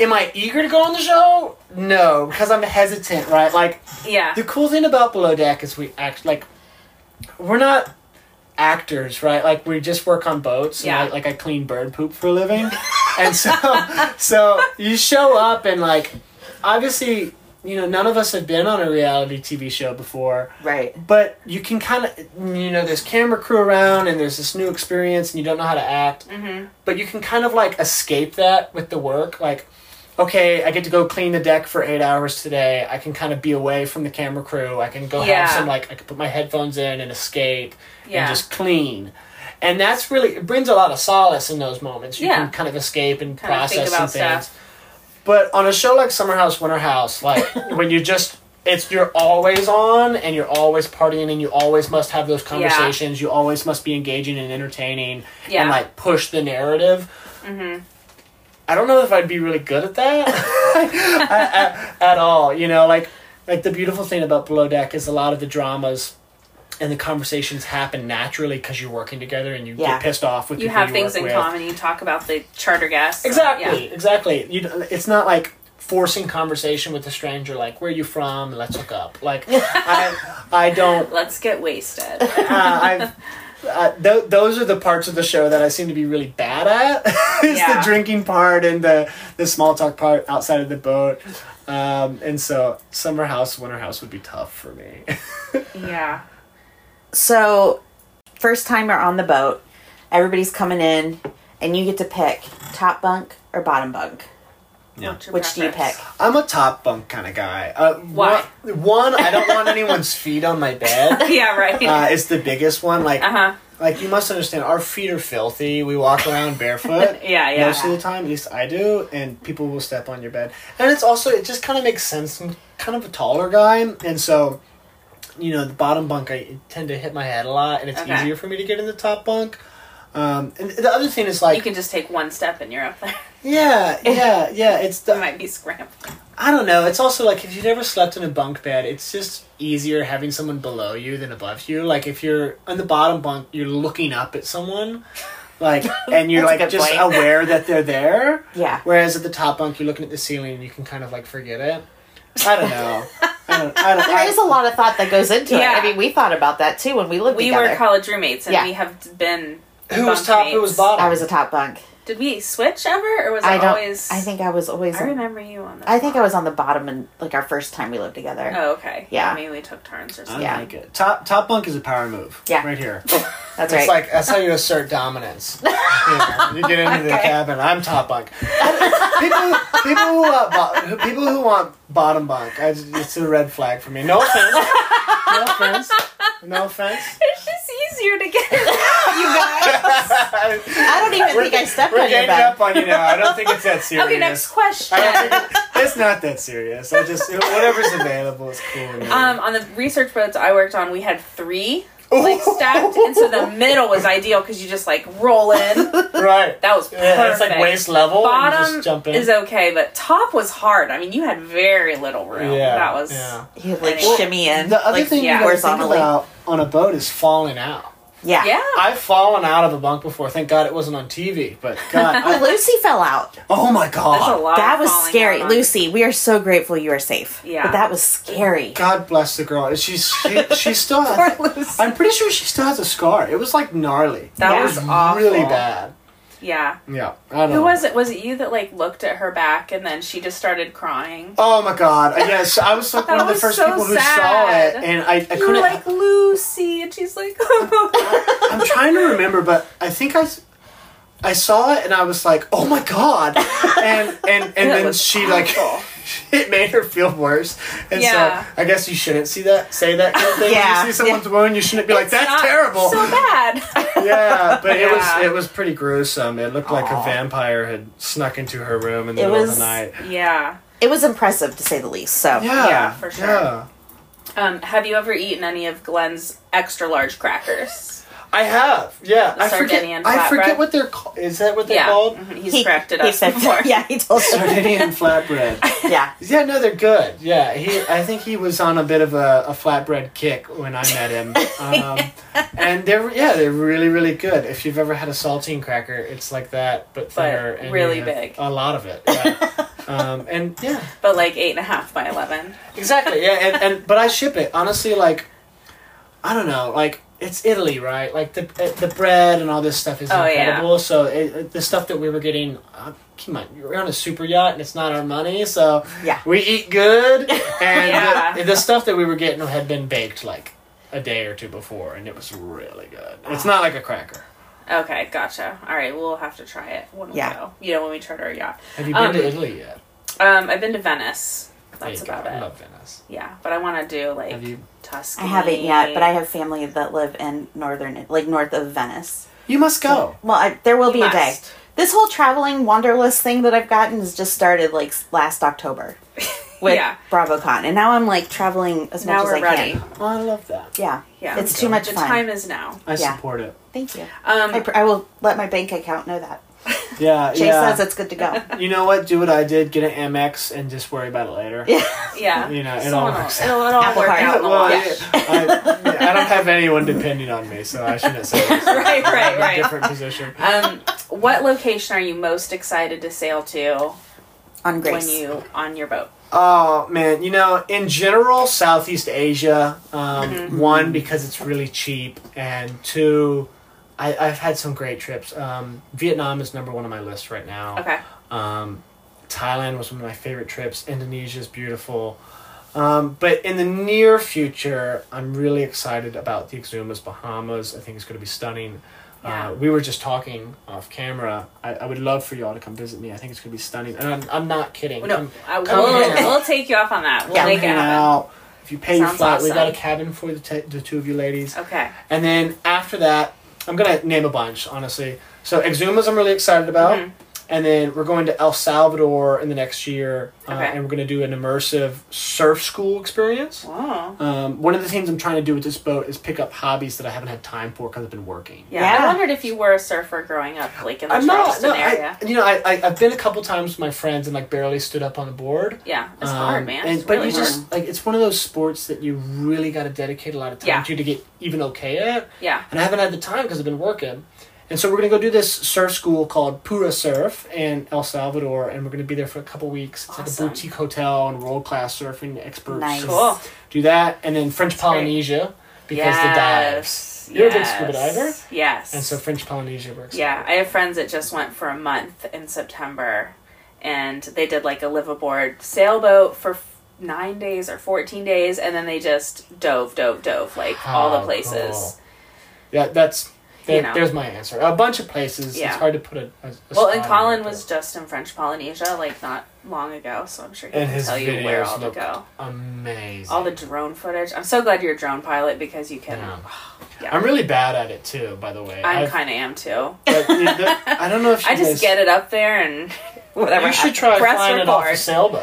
[SPEAKER 7] Am I eager to go on the show? No, because I'm hesitant. Right, like
[SPEAKER 5] Yeah.
[SPEAKER 7] the cool thing about Below Deck is we act like we're not actors, right? Like we just work on boats.
[SPEAKER 5] Yeah.
[SPEAKER 7] And I, like I clean bird poop for
[SPEAKER 5] (laughs)
[SPEAKER 7] a living, and so so you show up and like obviously you know none of us have been on a reality TV show before,
[SPEAKER 6] Right.
[SPEAKER 7] but you can kind of you know there's camera crew around and there's this new experience and you don't know how to act
[SPEAKER 5] Mm-hmm.
[SPEAKER 7] but you can kind of like escape that with the work like okay i get to go clean the deck for eight hours today i can kind of be away from the camera crew i can go
[SPEAKER 5] Yeah.
[SPEAKER 7] have some like i can put my headphones in and escape
[SPEAKER 5] Yeah.
[SPEAKER 7] and just clean and that's really it brings a lot of solace in those moments you
[SPEAKER 5] Yeah.
[SPEAKER 7] can kind of escape and
[SPEAKER 5] Kind of
[SPEAKER 7] process
[SPEAKER 5] think about
[SPEAKER 7] some things
[SPEAKER 5] stuff.
[SPEAKER 7] but on a show like summer house winter
[SPEAKER 5] (laughs)
[SPEAKER 7] house like when you just it's you're always on and you're always partying and you always must have those conversations you always must be engaging and entertaining
[SPEAKER 5] Yeah.
[SPEAKER 7] and like push the narrative
[SPEAKER 5] Mm-hmm.
[SPEAKER 7] I don't know if I'd be really good at that (laughs) at, at- at all. You know, like like the beautiful thing about Below Deck is a lot of the dramas and the conversations happen naturally because you're working together and you
[SPEAKER 6] Yeah.
[SPEAKER 7] get pissed off with
[SPEAKER 5] You
[SPEAKER 7] people
[SPEAKER 5] have things
[SPEAKER 7] work
[SPEAKER 5] in
[SPEAKER 7] with.
[SPEAKER 5] common. You talk about the charter guests.
[SPEAKER 7] Exactly,
[SPEAKER 5] Yeah.
[SPEAKER 7] exactly. You, d- it's not like forcing conversation with a stranger. Like, where are you from? Let's hook up. Like, I, I don't.
[SPEAKER 5] Let's get wasted.
[SPEAKER 7] (laughs) Uh, I've, uh, th- those are the parts of the show that I seem to be really bad at. (laughs) it's
[SPEAKER 5] Yeah.
[SPEAKER 7] the drinking part and the, the small talk part outside of the boat. Um, and so, summer house, winter house would be tough for me. (laughs)
[SPEAKER 5] yeah.
[SPEAKER 6] So, first timer on the boat, everybody's coming in, and you get to pick top bunk or bottom bunk.
[SPEAKER 7] Yeah.
[SPEAKER 6] Which do you pick?
[SPEAKER 7] I'm a top bunk kind of guy. Uh,
[SPEAKER 5] Why?
[SPEAKER 7] One, one, I don't
[SPEAKER 5] (laughs)
[SPEAKER 7] want anyone's feet on my bed.
[SPEAKER 5] yeah. Right. Uh-huh.
[SPEAKER 7] Uh, it's the biggest one. Like,
[SPEAKER 5] huh.
[SPEAKER 7] like you must understand, our feet are filthy. We walk around barefoot.
[SPEAKER 5] (laughs) Yeah, yeah.
[SPEAKER 7] Most of the time, at least I do, and people will step on your bed. And it's also it just kind of makes sense. I'm kind of a taller guy, and so you know the bottom bunk I tend to hit my head a lot, and it's
[SPEAKER 5] Okay.
[SPEAKER 7] easier for me to get in the top bunk. Um, and the other thing is like
[SPEAKER 5] you can just take one step and you're up there. (laughs)
[SPEAKER 7] yeah, yeah, yeah. It's the,
[SPEAKER 5] it might be scrambled.
[SPEAKER 7] I don't know. It's also like if you've ever slept in a bunk bed, it's just easier having someone below you than above you. Like if you're on the bottom bunk, you're looking up at someone,
[SPEAKER 6] (laughs)
[SPEAKER 7] like, and you're
[SPEAKER 6] That's a good
[SPEAKER 7] like just
[SPEAKER 6] point.
[SPEAKER 7] aware that they're there.
[SPEAKER 6] Yeah.
[SPEAKER 7] Whereas at the top bunk, you're looking at the ceiling and you can kind of like forget it. I don't know. I don't. I don't. I,
[SPEAKER 6] (laughs) There is a lot of thought that goes into
[SPEAKER 5] Yeah.
[SPEAKER 6] it. I mean, we thought about that too when we lived
[SPEAKER 5] We
[SPEAKER 6] together.
[SPEAKER 5] were college roommates, and
[SPEAKER 6] Yeah.
[SPEAKER 5] we have been.
[SPEAKER 7] who was
[SPEAKER 5] bunk
[SPEAKER 7] top? Who
[SPEAKER 5] mates.
[SPEAKER 7] was bottom?
[SPEAKER 6] I was a top bunk.
[SPEAKER 5] Did we switch ever, or was I,
[SPEAKER 6] I don't.
[SPEAKER 5] always?
[SPEAKER 6] I think I was always.
[SPEAKER 5] I remember you on that.
[SPEAKER 6] I think I was on the bottom and like our first time we lived together.
[SPEAKER 5] Oh, okay.
[SPEAKER 6] Yeah.
[SPEAKER 5] maybe we took turns or
[SPEAKER 7] I
[SPEAKER 5] something.
[SPEAKER 6] yeah.
[SPEAKER 7] like it. Top top bunk is a power move.
[SPEAKER 6] Yeah.
[SPEAKER 7] Right here.
[SPEAKER 6] That's
[SPEAKER 7] It's
[SPEAKER 6] right.
[SPEAKER 7] like that's how you assert (laughs) dominance. You, know, you get into the cabin. I'm top bunk. People, people who want bo- who- people who want bottom bunk. I, just- it's a red flag for me. No offense. No offense. No offense.
[SPEAKER 5] (laughs) It's just easier to get.
[SPEAKER 7] (laughs)
[SPEAKER 5] (laughs) you guys.
[SPEAKER 6] I don't even think I stepped
[SPEAKER 7] We're
[SPEAKER 6] on your
[SPEAKER 7] ganging
[SPEAKER 6] bed.
[SPEAKER 7] up on you now. I don't think it's that serious.
[SPEAKER 5] (laughs) Okay, next
[SPEAKER 7] I
[SPEAKER 5] question.
[SPEAKER 7] don't think it- it's not that serious. I just whatever's available is cool. with me.
[SPEAKER 5] Um, on the research boats I worked on, we had three
[SPEAKER 7] (laughs)
[SPEAKER 5] like stacked, and so the middle was ideal because you just like roll in.
[SPEAKER 7] right.
[SPEAKER 5] That was perfect.
[SPEAKER 7] (laughs) Yeah, it's like waist level. and you
[SPEAKER 5] Bottom
[SPEAKER 7] just jump in.
[SPEAKER 5] is okay, but top was hard. I mean, you had very little room.
[SPEAKER 7] Yeah,
[SPEAKER 5] that was
[SPEAKER 7] yeah.
[SPEAKER 6] You would, like
[SPEAKER 5] Anyway.
[SPEAKER 6] shimmy in.
[SPEAKER 7] The other
[SPEAKER 6] like,
[SPEAKER 7] thing you gotta think
[SPEAKER 6] horizontally.
[SPEAKER 7] about on a boat is falling out.
[SPEAKER 6] Yeah.
[SPEAKER 5] yeah.
[SPEAKER 7] I've fallen out of a bunk before. Thank God it wasn't on TV,
[SPEAKER 5] (laughs)
[SPEAKER 7] but God, I-
[SPEAKER 6] Oh, Lucy fell out.
[SPEAKER 7] oh my
[SPEAKER 5] There's a
[SPEAKER 7] God,
[SPEAKER 5] lot.
[SPEAKER 6] that
[SPEAKER 5] of
[SPEAKER 6] was
[SPEAKER 5] falling
[SPEAKER 6] scary.
[SPEAKER 5] down on-
[SPEAKER 6] Lucy, we are so grateful you are safe.
[SPEAKER 5] Yeah.
[SPEAKER 6] But that was scary.
[SPEAKER 7] God bless the girl. She's she,
[SPEAKER 5] (laughs)
[SPEAKER 7] she still. Has, I'm pretty sure she still has a scar. It was like gnarly.
[SPEAKER 5] That
[SPEAKER 7] It
[SPEAKER 5] was awful.
[SPEAKER 7] really bad.
[SPEAKER 5] Yeah.
[SPEAKER 7] Yeah, I don't.
[SPEAKER 5] Who
[SPEAKER 7] know.
[SPEAKER 5] was it? Was it you that like looked at her back and then she just started crying?
[SPEAKER 7] Oh my God! Yes, I was like one of the
[SPEAKER 5] was
[SPEAKER 7] first
[SPEAKER 5] so
[SPEAKER 7] people who
[SPEAKER 5] sad.
[SPEAKER 7] saw it, and I, I
[SPEAKER 5] (laughs) You were
[SPEAKER 7] couldn't.
[SPEAKER 5] like Lucy, and she's like, (laughs) "Oh,
[SPEAKER 7] I'm trying to remember, but I think I, s- I saw it and I was like, "Oh my god!" And
[SPEAKER 5] (laughs)
[SPEAKER 7] and and then
[SPEAKER 5] was
[SPEAKER 7] she like, (laughs) it made her feel worse. And
[SPEAKER 5] Yeah.
[SPEAKER 7] so I guess you shouldn't see that, say that kind of thing.
[SPEAKER 6] Yeah.
[SPEAKER 7] When you see someone's wound, you shouldn't be like, "That's
[SPEAKER 5] "Not
[SPEAKER 7] terrible."
[SPEAKER 5] so bad."
[SPEAKER 7] (laughs) yeah, but it
[SPEAKER 5] Yeah.
[SPEAKER 7] was it was pretty gruesome. It looked like a vampire had snuck into her room in the
[SPEAKER 6] It
[SPEAKER 7] middle of
[SPEAKER 6] was-
[SPEAKER 7] the night.
[SPEAKER 5] yeah.
[SPEAKER 6] It was impressive to say the least. So
[SPEAKER 7] Yeah,
[SPEAKER 5] yeah, for sure.
[SPEAKER 7] yeah.
[SPEAKER 5] Um, have you ever eaten any of Glenn's extra large crackers?
[SPEAKER 7] I have, yeah.
[SPEAKER 5] The
[SPEAKER 7] I forget.
[SPEAKER 5] Sardinian
[SPEAKER 7] I forget
[SPEAKER 5] flatbread?
[SPEAKER 7] what they're called. Is that what they're
[SPEAKER 5] yeah,
[SPEAKER 7] called?
[SPEAKER 5] mhm, he's corrected us
[SPEAKER 6] said-
[SPEAKER 5] before.
[SPEAKER 6] (laughs) Yeah, he told us.
[SPEAKER 7] Sardinian flatbread.
[SPEAKER 6] yeah.
[SPEAKER 7] Yeah, no, they're good. Yeah, he. I think he was on a bit of a, a flatbread kick when I met him, um, and they're yeah, they're really really good. If you've ever had a saltine cracker, it's like that, but thinner and you
[SPEAKER 5] really
[SPEAKER 7] have
[SPEAKER 5] big.
[SPEAKER 7] A lot of it. Yeah. um, and yeah,
[SPEAKER 5] (laughs) but like eight and a half by eleven.
[SPEAKER 7] exactly. Yeah, and, and but I ship it honestly. Like, I don't know. Like it's Italy, right? Like the eh, the bread and all this stuff is
[SPEAKER 5] Oh, yeah.
[SPEAKER 7] incredible. So it, it- the stuff that we were getting, uh, come on, we're on a super yacht and it's not our money, so
[SPEAKER 6] Yeah.
[SPEAKER 7] we
[SPEAKER 5] (laughs)
[SPEAKER 7] eat good. And
[SPEAKER 5] Yeah.
[SPEAKER 7] the, the stuff that we were getting had been baked like a day or two before, and it was really good. It's not like a cracker.
[SPEAKER 5] Okay, gotcha. All right, we'll have to try it when we
[SPEAKER 6] Yeah.
[SPEAKER 5] go. You know, when we charter our yacht.
[SPEAKER 7] Have you been
[SPEAKER 5] Um,
[SPEAKER 7] to Italy yet?
[SPEAKER 5] Um, I've been to Venice.
[SPEAKER 7] There
[SPEAKER 5] That's
[SPEAKER 7] you go.
[SPEAKER 5] about
[SPEAKER 7] I
[SPEAKER 5] it.
[SPEAKER 7] love Venice.
[SPEAKER 5] Yeah, but I want to do like
[SPEAKER 7] Have you-
[SPEAKER 5] Tuscany.
[SPEAKER 6] I haven't yet, but I have family that live in northern, like north of Venice.
[SPEAKER 7] You must go.
[SPEAKER 6] Well, I, there will
[SPEAKER 5] You
[SPEAKER 6] be a day.
[SPEAKER 5] must.
[SPEAKER 6] This whole traveling wanderlust thing that I've gotten has just started like last October
[SPEAKER 5] (laughs)
[SPEAKER 6] with
[SPEAKER 5] Yeah.
[SPEAKER 6] BravoCon, and now I'm like traveling as
[SPEAKER 5] Now
[SPEAKER 6] much as
[SPEAKER 5] we're
[SPEAKER 6] I
[SPEAKER 5] ready.
[SPEAKER 6] can.
[SPEAKER 7] Oh, I love that.
[SPEAKER 6] Yeah,
[SPEAKER 5] Yeah.
[SPEAKER 6] it's too much
[SPEAKER 5] The
[SPEAKER 6] fun.
[SPEAKER 5] time is now.
[SPEAKER 7] I
[SPEAKER 6] Yeah.
[SPEAKER 7] support it.
[SPEAKER 6] Thank you.
[SPEAKER 5] Um,
[SPEAKER 6] I, pr- I will let my bank account know that.
[SPEAKER 7] (laughs)
[SPEAKER 6] (laughs)
[SPEAKER 7] Yeah,
[SPEAKER 6] Jay
[SPEAKER 7] yeah.
[SPEAKER 6] says it's good to go.
[SPEAKER 7] (laughs) you know what? Do what I did. Get an MX and just worry about it later.
[SPEAKER 5] yeah.
[SPEAKER 7] You know, it
[SPEAKER 5] Someone
[SPEAKER 7] all
[SPEAKER 5] will-
[SPEAKER 7] works.
[SPEAKER 5] It'll, it'll all
[SPEAKER 6] Apple
[SPEAKER 5] work
[SPEAKER 6] Card.
[SPEAKER 5] out in the
[SPEAKER 7] (laughs) Well,
[SPEAKER 5] long
[SPEAKER 7] yeah, I, yeah, I don't have anyone depending on me, so I shouldn't say
[SPEAKER 5] (laughs)
[SPEAKER 7] this.
[SPEAKER 5] Right, (laughs)
[SPEAKER 7] I'm
[SPEAKER 5] right,
[SPEAKER 7] in a
[SPEAKER 5] right.
[SPEAKER 7] different position.
[SPEAKER 5] Um, what location are you most excited to sail to
[SPEAKER 6] On Grace.
[SPEAKER 5] when you on your boat?
[SPEAKER 7] Oh man, you know, in general, Southeast Asia. Um, One because it's really cheap, and two, I, I've had some great trips. Um, Vietnam is number one on my list right now.
[SPEAKER 5] Okay.
[SPEAKER 7] Um, Thailand was one of my favorite trips. Indonesia is beautiful. Um, but in the near future, I'm really excited about the Exumas Bahamas. I think it's going to be stunning.
[SPEAKER 5] Yeah.
[SPEAKER 7] Uh, we were just talking off camera. I, I would love for y'all to come visit me. I think it's going to be stunning. And I'm, I'm not kidding.
[SPEAKER 5] Oh, No,
[SPEAKER 7] Come-
[SPEAKER 5] I,
[SPEAKER 7] come
[SPEAKER 5] we'll, (laughs)
[SPEAKER 7] hang out.
[SPEAKER 5] we'll take you up on that. We'll
[SPEAKER 6] Yeah.
[SPEAKER 5] make it
[SPEAKER 7] Hang
[SPEAKER 5] happen.
[SPEAKER 7] out. If you pay your
[SPEAKER 5] Sounds
[SPEAKER 7] flight, we got a
[SPEAKER 5] awesome.
[SPEAKER 7] cabin for the, t- the two of you ladies.
[SPEAKER 5] Okay. Mm-hmm.
[SPEAKER 7] And then after that, I'm gonna name a bunch, honestly. So Exumas, I'm really excited about. And then we're going to El Salvador in the next year, uh,
[SPEAKER 5] Okay.
[SPEAKER 7] and we're going to do an immersive surf school experience.
[SPEAKER 5] Wow.
[SPEAKER 7] Um, one of the things I'm trying to do with this boat is pick up hobbies that I haven't had time for because I've been working.
[SPEAKER 5] Yeah, I wondered if you were a surfer growing up, like in the
[SPEAKER 7] I'm not.
[SPEAKER 5] Charleston
[SPEAKER 7] No,
[SPEAKER 5] area.
[SPEAKER 7] I, you know, I, I I've been a couple times with my friends and like barely stood up on the board.
[SPEAKER 5] yeah, it's
[SPEAKER 7] Um,
[SPEAKER 5] hard, man.
[SPEAKER 7] and-
[SPEAKER 5] it's
[SPEAKER 7] but
[SPEAKER 5] really
[SPEAKER 7] you
[SPEAKER 5] hard.
[SPEAKER 7] just like it's one of those sports that you really got to dedicate a lot of time
[SPEAKER 5] Yeah.
[SPEAKER 7] to to get even okay at.
[SPEAKER 5] yeah.
[SPEAKER 7] And I haven't had the time because I've been working. And so we're gonna go do this surf school called Pura Surf in El Salvador, and we're gonna be there for a couple weeks. It's
[SPEAKER 5] Awesome.
[SPEAKER 7] like a boutique hotel and world class surfing experts.
[SPEAKER 5] Nice.
[SPEAKER 7] and
[SPEAKER 5] Cool.
[SPEAKER 7] Do that, and then French
[SPEAKER 5] great.
[SPEAKER 7] Polynesia because
[SPEAKER 5] Yes,
[SPEAKER 7] the dives. You're
[SPEAKER 5] yes,
[SPEAKER 7] a big scuba diver.
[SPEAKER 5] Yes.
[SPEAKER 7] And so French Polynesia works.
[SPEAKER 5] Yeah, I have friends that just went for a month in September, and they did like a live aboard sailboat for f- nine days or fourteen days, and then they just dove, dove, dove, like all the
[SPEAKER 7] How
[SPEAKER 5] places.
[SPEAKER 7] cool. Yeah, that's there,
[SPEAKER 5] You know.
[SPEAKER 7] there's my answer. A bunch of places.
[SPEAKER 5] Yeah.
[SPEAKER 7] It's hard to put a. a, a
[SPEAKER 5] Well, and
[SPEAKER 7] spot on
[SPEAKER 5] Colin
[SPEAKER 7] it,
[SPEAKER 5] was just in French Polynesia, like not long ago, so I'm sure
[SPEAKER 7] but-
[SPEAKER 5] he
[SPEAKER 7] and
[SPEAKER 5] can
[SPEAKER 7] his
[SPEAKER 5] tell you
[SPEAKER 7] videos
[SPEAKER 5] where all to
[SPEAKER 7] looked
[SPEAKER 5] go.
[SPEAKER 7] amazing.
[SPEAKER 5] All the drone footage. I'm so glad you're a drone pilot because you can.
[SPEAKER 7] Yeah.
[SPEAKER 5] (sighs) yeah.
[SPEAKER 7] I'm really bad at it too, by the way.
[SPEAKER 5] I
[SPEAKER 7] I've-
[SPEAKER 5] kind of am too.
[SPEAKER 7] but, you know,
[SPEAKER 5] (laughs)
[SPEAKER 7] I don't know if you
[SPEAKER 5] I just
[SPEAKER 7] guys-
[SPEAKER 5] get it up there and whatever.
[SPEAKER 7] You should try
[SPEAKER 5] Press
[SPEAKER 7] flying it off a
[SPEAKER 5] record.
[SPEAKER 7] sailboat.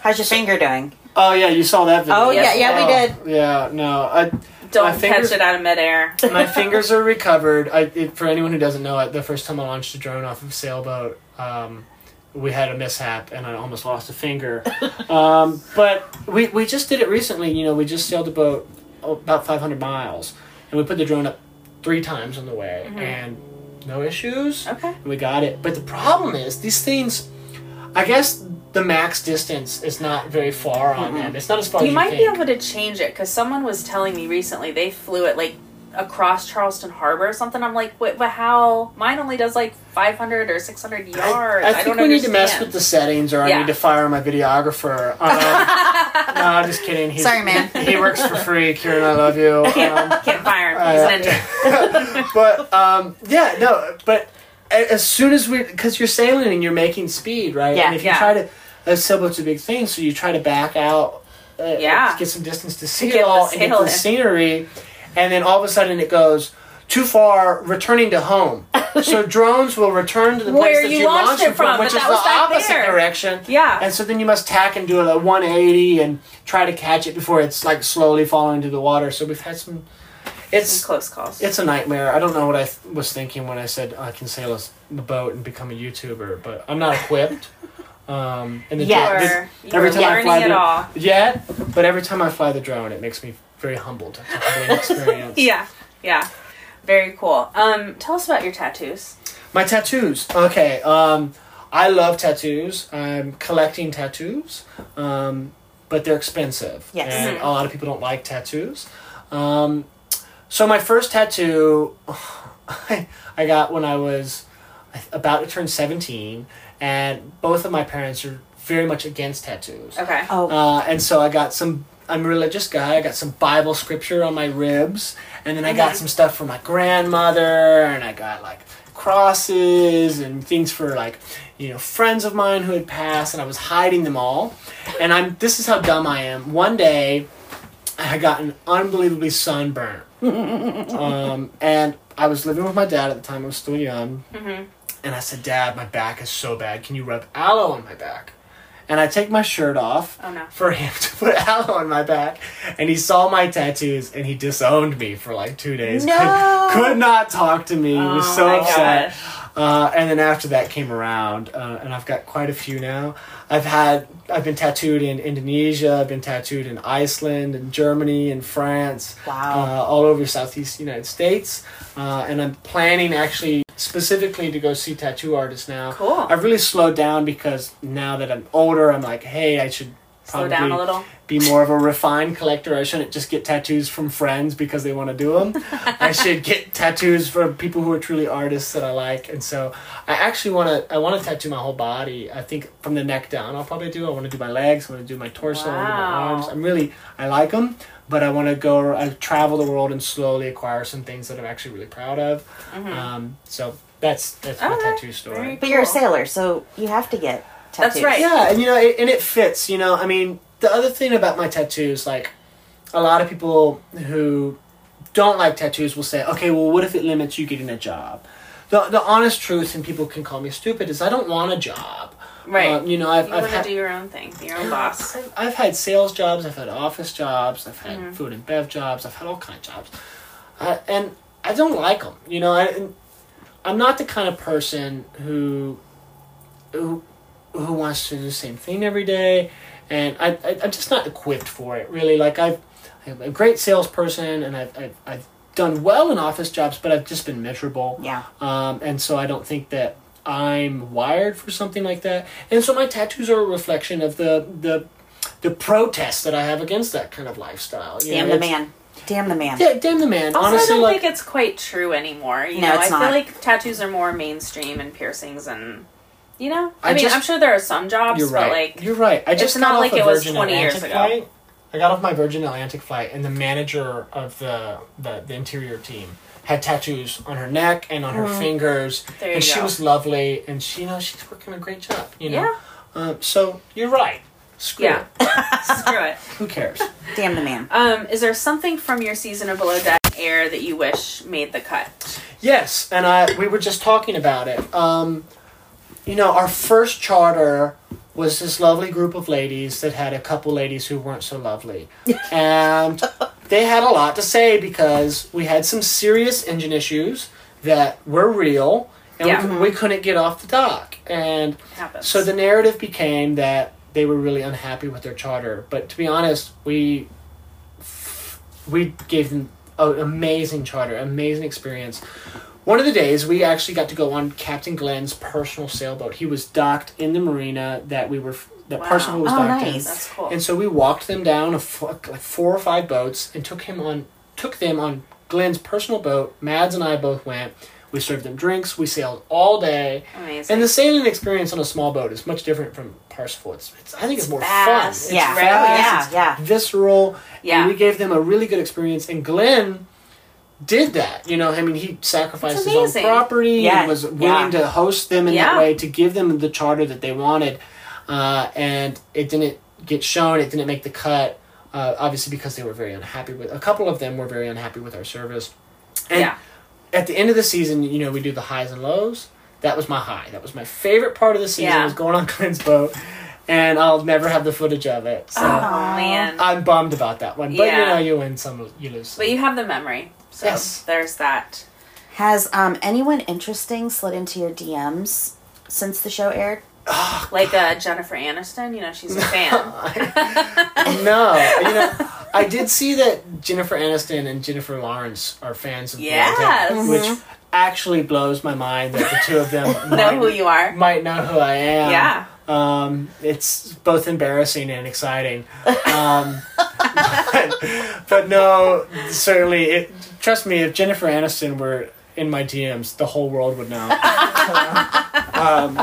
[SPEAKER 6] How's your finger doing?
[SPEAKER 7] Oh yeah, you saw that video.
[SPEAKER 6] Oh, yeah, yeah, we
[SPEAKER 7] Oh, Yeah, no, I
[SPEAKER 5] Don't
[SPEAKER 7] my fingers-
[SPEAKER 5] catch it out of midair.
[SPEAKER 7] (laughs) my fingers are recovered. I, it, for anyone who doesn't know it, the first time I launched a drone off of a sailboat, um, we had a mishap and I almost lost
[SPEAKER 5] (laughs)
[SPEAKER 7] a finger. um, but we, we just did it recently. You know, we just sailed the boat about 500 miles and we put the drone up three times on the way and no issues.
[SPEAKER 5] Mm-hmm. Okay.
[SPEAKER 7] We got it. But the problem is, these things, I guess the max distance is not very far on them. It's not as far as
[SPEAKER 5] You might
[SPEAKER 7] Oh, think.
[SPEAKER 5] be able to change it because someone was telling me recently they flew it like across Charleston Harbor or something. I'm like, what? But how? Mine only does like 500 or 600 yards.
[SPEAKER 7] I think
[SPEAKER 5] don't
[SPEAKER 7] we need to mess
[SPEAKER 5] understand.
[SPEAKER 7] with the settings, or
[SPEAKER 5] Yeah.
[SPEAKER 7] I need to fire my videographer. Um,
[SPEAKER 5] (laughs)
[SPEAKER 7] no, I'm just kidding. He's,
[SPEAKER 6] Sorry, man.
[SPEAKER 7] He works for free. Kieran, I
[SPEAKER 6] (laughs)
[SPEAKER 7] love you. Um,
[SPEAKER 5] Can't (laughs) fire
[SPEAKER 7] (laughs)
[SPEAKER 5] him. He's an intern.
[SPEAKER 7] but um, yeah, no. But a- as soon as we, because you're sailing and you're making speed, right?
[SPEAKER 6] Yeah,
[SPEAKER 7] And if you
[SPEAKER 5] yeah.
[SPEAKER 7] try to, a sailboat's a big thing, so you try to back out, uh,
[SPEAKER 5] Yeah.
[SPEAKER 7] get some distance to see
[SPEAKER 5] get
[SPEAKER 7] it all
[SPEAKER 5] the
[SPEAKER 7] and get
[SPEAKER 5] sail
[SPEAKER 7] the
[SPEAKER 5] in.
[SPEAKER 7] scenery, and then all of a sudden it goes. Too far, returning
[SPEAKER 5] (laughs)
[SPEAKER 7] to home. So drones will return to the place
[SPEAKER 5] Where
[SPEAKER 7] that
[SPEAKER 5] you
[SPEAKER 7] you,
[SPEAKER 5] launched
[SPEAKER 7] launched
[SPEAKER 5] it
[SPEAKER 7] them from,
[SPEAKER 5] from,
[SPEAKER 7] which is
[SPEAKER 5] but
[SPEAKER 7] the
[SPEAKER 5] that was back
[SPEAKER 7] opposite
[SPEAKER 5] there.
[SPEAKER 7] direction.
[SPEAKER 5] Yeah.
[SPEAKER 7] And so then you must tack and do a 180 and try to catch it before it's like slowly falling into the water. So we've had some. It's
[SPEAKER 5] Close calls.
[SPEAKER 7] it's a nightmare. I don't know what I th- was thinking when I said I can sail a s- the boat and become a YouTuber, but I'm not equipped. (laughs) Um, and the
[SPEAKER 6] Yet.
[SPEAKER 7] dr-
[SPEAKER 5] You're-
[SPEAKER 7] the-
[SPEAKER 5] you're learning it
[SPEAKER 7] the,
[SPEAKER 5] all.
[SPEAKER 7] yeah, but every time I fly the drone, it makes me very humbled. It's
[SPEAKER 5] (laughs)
[SPEAKER 7] a great experience.
[SPEAKER 5] yeah, yeah. Very cool. Um, tell us about your tattoos.
[SPEAKER 7] My tattoos. Okay. Um, I love tattoos. I'm collecting tattoos, um, but they're expensive.
[SPEAKER 6] Yes.
[SPEAKER 7] And a lot of people don't like tattoos. Um, so my first tattoo, (sighs) I, I got when I was about to turn 17, and both of my parents are very much against tattoos.
[SPEAKER 5] Okay.
[SPEAKER 6] Oh,
[SPEAKER 7] Uh, and so I got some. I'm a religious guy. I got some Bible scripture on my ribs, and then I got some stuff for my grandmother, and I got like crosses and things for like you know friends of mine who had passed, and I was hiding them all. And I'm this is how dumb I am. One day, I had gotten unbelievably sunburned, um, and I was living with my dad at the time. I was still young, and I said, "Dad, my back is so bad. Can you rub aloe on my back?" and I take my shirt off
[SPEAKER 5] Oh, no.
[SPEAKER 7] for him to put (laughs) aloe on my back. And he saw my tattoos and he disowned me for like two days.
[SPEAKER 6] No.
[SPEAKER 7] Could, could not talk to me. He was so
[SPEAKER 5] Oh my
[SPEAKER 7] upset. Uh, and then after that came around, uh, and I've got quite a few now. I've had I've been tattooed in Indonesia. I've been tattooed in Iceland and Germany and France.
[SPEAKER 6] Wow.
[SPEAKER 7] Uh, all over Southeast United States, uh, and I'm planning actually specifically to go see tattoo artists now.
[SPEAKER 5] Cool.
[SPEAKER 7] I've really slowed down because now that I'm older, I'm like, hey, I should
[SPEAKER 5] Slow
[SPEAKER 7] probably
[SPEAKER 5] down a little.
[SPEAKER 7] be more of a refined collector. I shouldn't just get tattoos from friends because they want to do them.
[SPEAKER 5] (laughs)
[SPEAKER 7] I should get tattoos from people who are truly artists that I like. And so I actually want to. I want to tattoo my whole body. I think from the neck down, I'll probably do. I want to do my legs. I want to do my torso. I want to do
[SPEAKER 5] Wow.
[SPEAKER 7] my arms. I'm really. I like them. But I want to go. I travel the world and slowly acquire some things that I'm actually really proud of. Um, so that's that's my
[SPEAKER 5] Mm-hmm. Okay.
[SPEAKER 7] tattoo story.
[SPEAKER 5] Very
[SPEAKER 6] but you're a
[SPEAKER 5] cool.
[SPEAKER 6] sailor, so you have to get tattoos.
[SPEAKER 5] That's right.
[SPEAKER 7] Yeah, and you know, it, and it fits. You know, I mean, the other thing about my tattoos, like, a lot of people who don't like tattoos will say, "Okay, well, what if it limits you getting a job?" the the honest truth, and people can call me stupid, is I don't want a job.
[SPEAKER 5] Right.
[SPEAKER 7] Um, you know, I've,
[SPEAKER 5] you
[SPEAKER 7] I've
[SPEAKER 5] want
[SPEAKER 7] had
[SPEAKER 5] to do your own thing, be your own
[SPEAKER 7] (gasps)
[SPEAKER 5] boss.
[SPEAKER 7] I've, I've had sales jobs, I've had office jobs, I've had
[SPEAKER 5] Mhm.
[SPEAKER 7] food and bev jobs, I've had all kinds of jobs, I, and I don't like them. You know, I, and I'm not the kind of person who who who wants to do the same thing every day, and I, I I'm just not equipped for it. Really, like I've I'm a great salesperson, and I've I've, I've done well in office jobs, but I've just been miserable.
[SPEAKER 6] Yeah.
[SPEAKER 7] Um, and so I don't think that I'm wired for something like that. And so my tattoos are a reflection of the the the protest that I have against that kind of lifestyle. you
[SPEAKER 6] Damn
[SPEAKER 7] know,
[SPEAKER 6] the
[SPEAKER 7] it's-
[SPEAKER 6] man. Damn the man.
[SPEAKER 7] Yeah, damn the man.
[SPEAKER 5] Also,
[SPEAKER 7] Honestly,
[SPEAKER 5] I don't
[SPEAKER 7] like
[SPEAKER 5] think it's quite true anymore. You
[SPEAKER 6] No,
[SPEAKER 5] know,
[SPEAKER 6] it's
[SPEAKER 5] I feel
[SPEAKER 6] not.
[SPEAKER 5] like tattoos are more mainstream and piercings and you know. I,
[SPEAKER 7] I
[SPEAKER 5] mean,
[SPEAKER 7] just-
[SPEAKER 5] I'm sure there are some jobs,
[SPEAKER 7] you're right.
[SPEAKER 5] but like
[SPEAKER 7] you're right. I
[SPEAKER 5] it's
[SPEAKER 7] just
[SPEAKER 5] not
[SPEAKER 7] got
[SPEAKER 5] like
[SPEAKER 7] off a
[SPEAKER 5] it was
[SPEAKER 7] Virgin
[SPEAKER 5] 20 years
[SPEAKER 7] Atlantic
[SPEAKER 5] ago.
[SPEAKER 7] flight. I got off my Virgin Atlantic flight, and the manager of the the, the interior team had tattoos on her neck and on her
[SPEAKER 5] Mhm.
[SPEAKER 7] fingers,
[SPEAKER 5] There you
[SPEAKER 7] and she
[SPEAKER 5] go.
[SPEAKER 7] was lovely, and she you know she's working a great job. You know,
[SPEAKER 5] Yeah.
[SPEAKER 7] um, so you're right. Screw
[SPEAKER 5] yeah, (laughs)
[SPEAKER 7] it.
[SPEAKER 5] screw it.
[SPEAKER 7] Who cares?
[SPEAKER 6] Damn the man.
[SPEAKER 5] Um, is there something from your season of Below Deck Air that you wish made the cut?
[SPEAKER 7] Yes, and I we were just talking about it. Um, you know, our first charter was this lovely group of ladies that had a couple ladies who weren't so
[SPEAKER 5] (laughs)
[SPEAKER 7] lovely, and they had a lot to say because we had some serious engine issues that were real, and
[SPEAKER 5] Yeah.
[SPEAKER 7] we, cou- we couldn't get off the dock, and
[SPEAKER 5] Happens.
[SPEAKER 7] so the narrative became that they were really unhappy with their charter. But to be honest, we we gave them an amazing charter, amazing experience. One of the days, we actually got to go on Captain Glenn's personal sailboat. He was docked in the marina that we were that
[SPEAKER 5] Wow.
[SPEAKER 7] Percival was
[SPEAKER 6] Oh,
[SPEAKER 7] docked
[SPEAKER 6] nice.
[SPEAKER 7] in,
[SPEAKER 5] That's cool.
[SPEAKER 7] and so we walked them down a f- like four or five boats and took him on took them on Glenn's personal boat. Mads and I both went. We served them drinks. We sailed all day.
[SPEAKER 5] Amazing.
[SPEAKER 7] And the sailing experience on a small boat is much different from Parsifal. It's, it's I think it's, more fun.
[SPEAKER 5] fast.
[SPEAKER 7] It's
[SPEAKER 6] Yeah.
[SPEAKER 7] fast.
[SPEAKER 6] Yeah,
[SPEAKER 7] It's visceral.
[SPEAKER 5] Yeah.
[SPEAKER 7] And we gave them a really good experience. And Glenn did that. You know, I mean, he sacrificed
[SPEAKER 5] It's
[SPEAKER 7] his own
[SPEAKER 5] amazing.
[SPEAKER 7] property
[SPEAKER 6] Yeah.
[SPEAKER 7] and was willing
[SPEAKER 6] Yeah.
[SPEAKER 7] to host them in
[SPEAKER 5] Yeah.
[SPEAKER 7] that way to give them the charter that they wanted. Uh, and it didn't get shown. It didn't make the cut. Uh, obviously, because they were very unhappy with a couple of them were very unhappy with our service. And
[SPEAKER 5] yeah.
[SPEAKER 7] at the end of the season, you know, we do the highs and lows. That was my high. That was my favorite part of the season
[SPEAKER 5] Yeah.
[SPEAKER 7] was going on (laughs) Glenn's boat, and I'll never have the footage of it. So
[SPEAKER 5] Oh man.
[SPEAKER 7] I'm bummed about that one. But
[SPEAKER 5] Yeah.
[SPEAKER 7] you know, you win some, you lose. Some.
[SPEAKER 5] But you have the memory. So
[SPEAKER 7] Yes.
[SPEAKER 5] there's that.
[SPEAKER 6] Has um, anyone interesting slid into your DMs since the show aired?
[SPEAKER 5] Like uh, Jennifer Aniston, you know, she's a fan.
[SPEAKER 7] no,
[SPEAKER 5] (laughs)
[SPEAKER 7] you know, I did see that Jennifer Aniston and Jennifer Lawrence are fans of
[SPEAKER 5] Yes.
[SPEAKER 7] Blonde, which actually blows my mind that the two
[SPEAKER 5] (laughs)
[SPEAKER 7] of them
[SPEAKER 5] know
[SPEAKER 7] might,
[SPEAKER 5] who you are.
[SPEAKER 7] might know who I am.
[SPEAKER 5] Yeah.
[SPEAKER 7] Um, it's both embarrassing and exciting. Um, (laughs) but, but no, certainly, it, trust me, if Jennifer Aniston were in my DMs, the whole world
[SPEAKER 5] (laughs)
[SPEAKER 7] would know. um,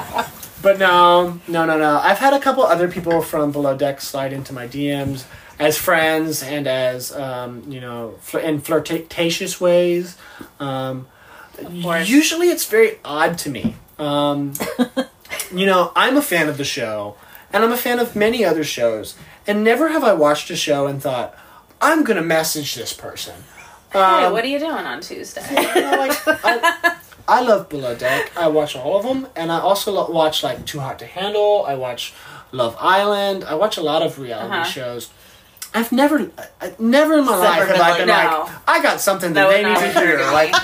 [SPEAKER 7] but no, no, no, no. I've had a couple other people from Below Deck slide into my DMs as friends and as, um, you know, fl- in flirtatious ways. Um,
[SPEAKER 5] course.
[SPEAKER 7] usually it's very odd to me. Um, you know, I'm a fan of the show, and I'm a fan of many other shows, and never have I watched a show and thought, I'm going to message this person. (laughs)
[SPEAKER 5] Hey,
[SPEAKER 7] Um,
[SPEAKER 5] what are you doing on Tuesday?
[SPEAKER 7] you know, like, I, I love Below Deck. I watch all of them, and I also lo- watch like Too Hot to Handle. I watch Love Island. I watch a lot of reality
[SPEAKER 5] Uh-huh.
[SPEAKER 7] shows. I've never, I, I- never in my
[SPEAKER 6] Except
[SPEAKER 7] life
[SPEAKER 6] for
[SPEAKER 7] have I
[SPEAKER 6] Billie-
[SPEAKER 7] been
[SPEAKER 5] No.
[SPEAKER 7] like, I got something that
[SPEAKER 5] That
[SPEAKER 7] they
[SPEAKER 5] would
[SPEAKER 7] need
[SPEAKER 5] not
[SPEAKER 7] to
[SPEAKER 5] be true
[SPEAKER 7] hear.
[SPEAKER 5] to me.
[SPEAKER 7] Like,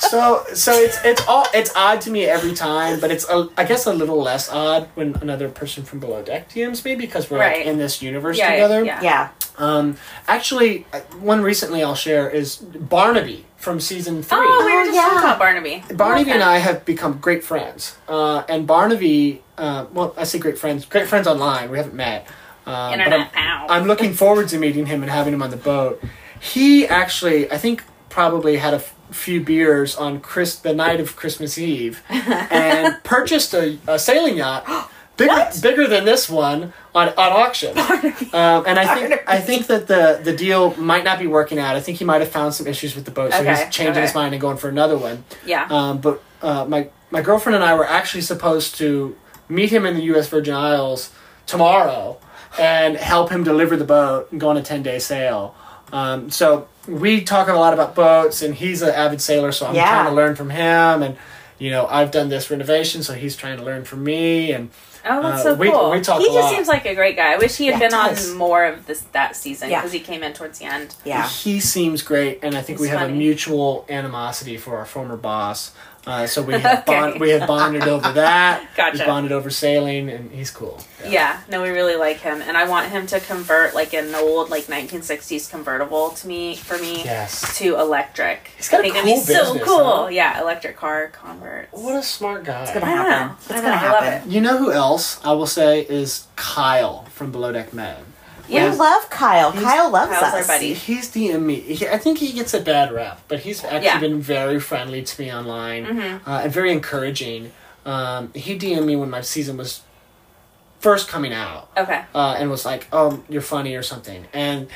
[SPEAKER 7] so, so it's it's all it's odd to me every time, but it's a, I guess a little less odd when another person from Below Deck DMs me because we're
[SPEAKER 5] Right.
[SPEAKER 7] like in this universe
[SPEAKER 5] Yeah,
[SPEAKER 7] together.
[SPEAKER 5] yeah.
[SPEAKER 6] Yeah.
[SPEAKER 7] Um, actually, uh, one recently I'll share is Barnaby from season three.
[SPEAKER 5] Oh, we were just
[SPEAKER 6] yeah.
[SPEAKER 5] talking about Barnaby.
[SPEAKER 7] Barnaby
[SPEAKER 5] Okay.
[SPEAKER 7] and I have become great friends. Uh, and Barnaby, uh, well, I say great friends, great friends online. We haven't met. Um, but
[SPEAKER 5] Internet
[SPEAKER 7] I'm,
[SPEAKER 5] pal.
[SPEAKER 7] I'm looking forward to meeting him and having him on the boat. He actually, I think, probably had a f- few beers on Chris the night of Christmas
[SPEAKER 5] (laughs)
[SPEAKER 7] Eve, and purchased a, a sailing
[SPEAKER 5] (gasps)
[SPEAKER 7] yacht. Bigger, bigger than this one on, on auction, um, and I think I think that the the deal might not be working out. I think he might have found some issues with the boat, so
[SPEAKER 5] Okay,
[SPEAKER 7] he's changing
[SPEAKER 5] okay.
[SPEAKER 7] his mind and going for another one.
[SPEAKER 5] Yeah.
[SPEAKER 7] Um, but uh, my my girlfriend and I were actually supposed to meet him in the U.S. Virgin Isles tomorrow and help him deliver the boat and go on a ten day sail. Um, so we talk a lot about boats, and he's an avid sailor, so I'm
[SPEAKER 6] Yeah.
[SPEAKER 7] trying to learn from him and. you know, I've done this renovation, so he's trying to learn from me. And
[SPEAKER 5] Oh, that's
[SPEAKER 7] uh,
[SPEAKER 5] so
[SPEAKER 7] we,
[SPEAKER 5] cool.
[SPEAKER 7] We talk
[SPEAKER 5] he
[SPEAKER 7] a
[SPEAKER 5] just
[SPEAKER 7] lot.
[SPEAKER 5] seems like a great guy. I wish he had
[SPEAKER 7] Yeah,
[SPEAKER 5] been
[SPEAKER 7] does.
[SPEAKER 5] on more of this that season
[SPEAKER 7] Yeah.
[SPEAKER 5] because he came in towards the end.
[SPEAKER 7] He seems great, and I think
[SPEAKER 5] He's
[SPEAKER 7] we have
[SPEAKER 5] funny.
[SPEAKER 7] a mutual animosity for our former boss. Uh, so we have
[SPEAKER 5] Okay.
[SPEAKER 7] bond, we have bonded over that.
[SPEAKER 5] (laughs) Gotcha.
[SPEAKER 7] We bonded over sailing, and he's cool.
[SPEAKER 5] Yeah. no, we really like him, and I want him to convert like an old like 1960s convertible to me for me
[SPEAKER 7] Yes.
[SPEAKER 5] to electric. He's
[SPEAKER 7] got
[SPEAKER 5] I
[SPEAKER 7] a
[SPEAKER 5] think that'd be
[SPEAKER 7] cool
[SPEAKER 5] so
[SPEAKER 7] business,
[SPEAKER 5] cool.
[SPEAKER 7] huh?
[SPEAKER 5] Yeah, electric car converts.
[SPEAKER 7] What a smart guy! It's
[SPEAKER 5] gonna I happen. know. It's I know, gonna I love happen.
[SPEAKER 7] You know who else I will say is Kyle from Below Deck Men.
[SPEAKER 6] We love Kyle. Kyle loves us.
[SPEAKER 7] He's DM'd me. He, I think he gets a bad rap, but he's actually
[SPEAKER 6] Yeah.
[SPEAKER 7] been very friendly to me online
[SPEAKER 6] Mhm.
[SPEAKER 5] Mm-hmm.
[SPEAKER 7] uh, and very encouraging. Um, he DM'd me when my season was first coming out
[SPEAKER 5] Okay.
[SPEAKER 7] uh, and was like, "Um, you're funny" or something. And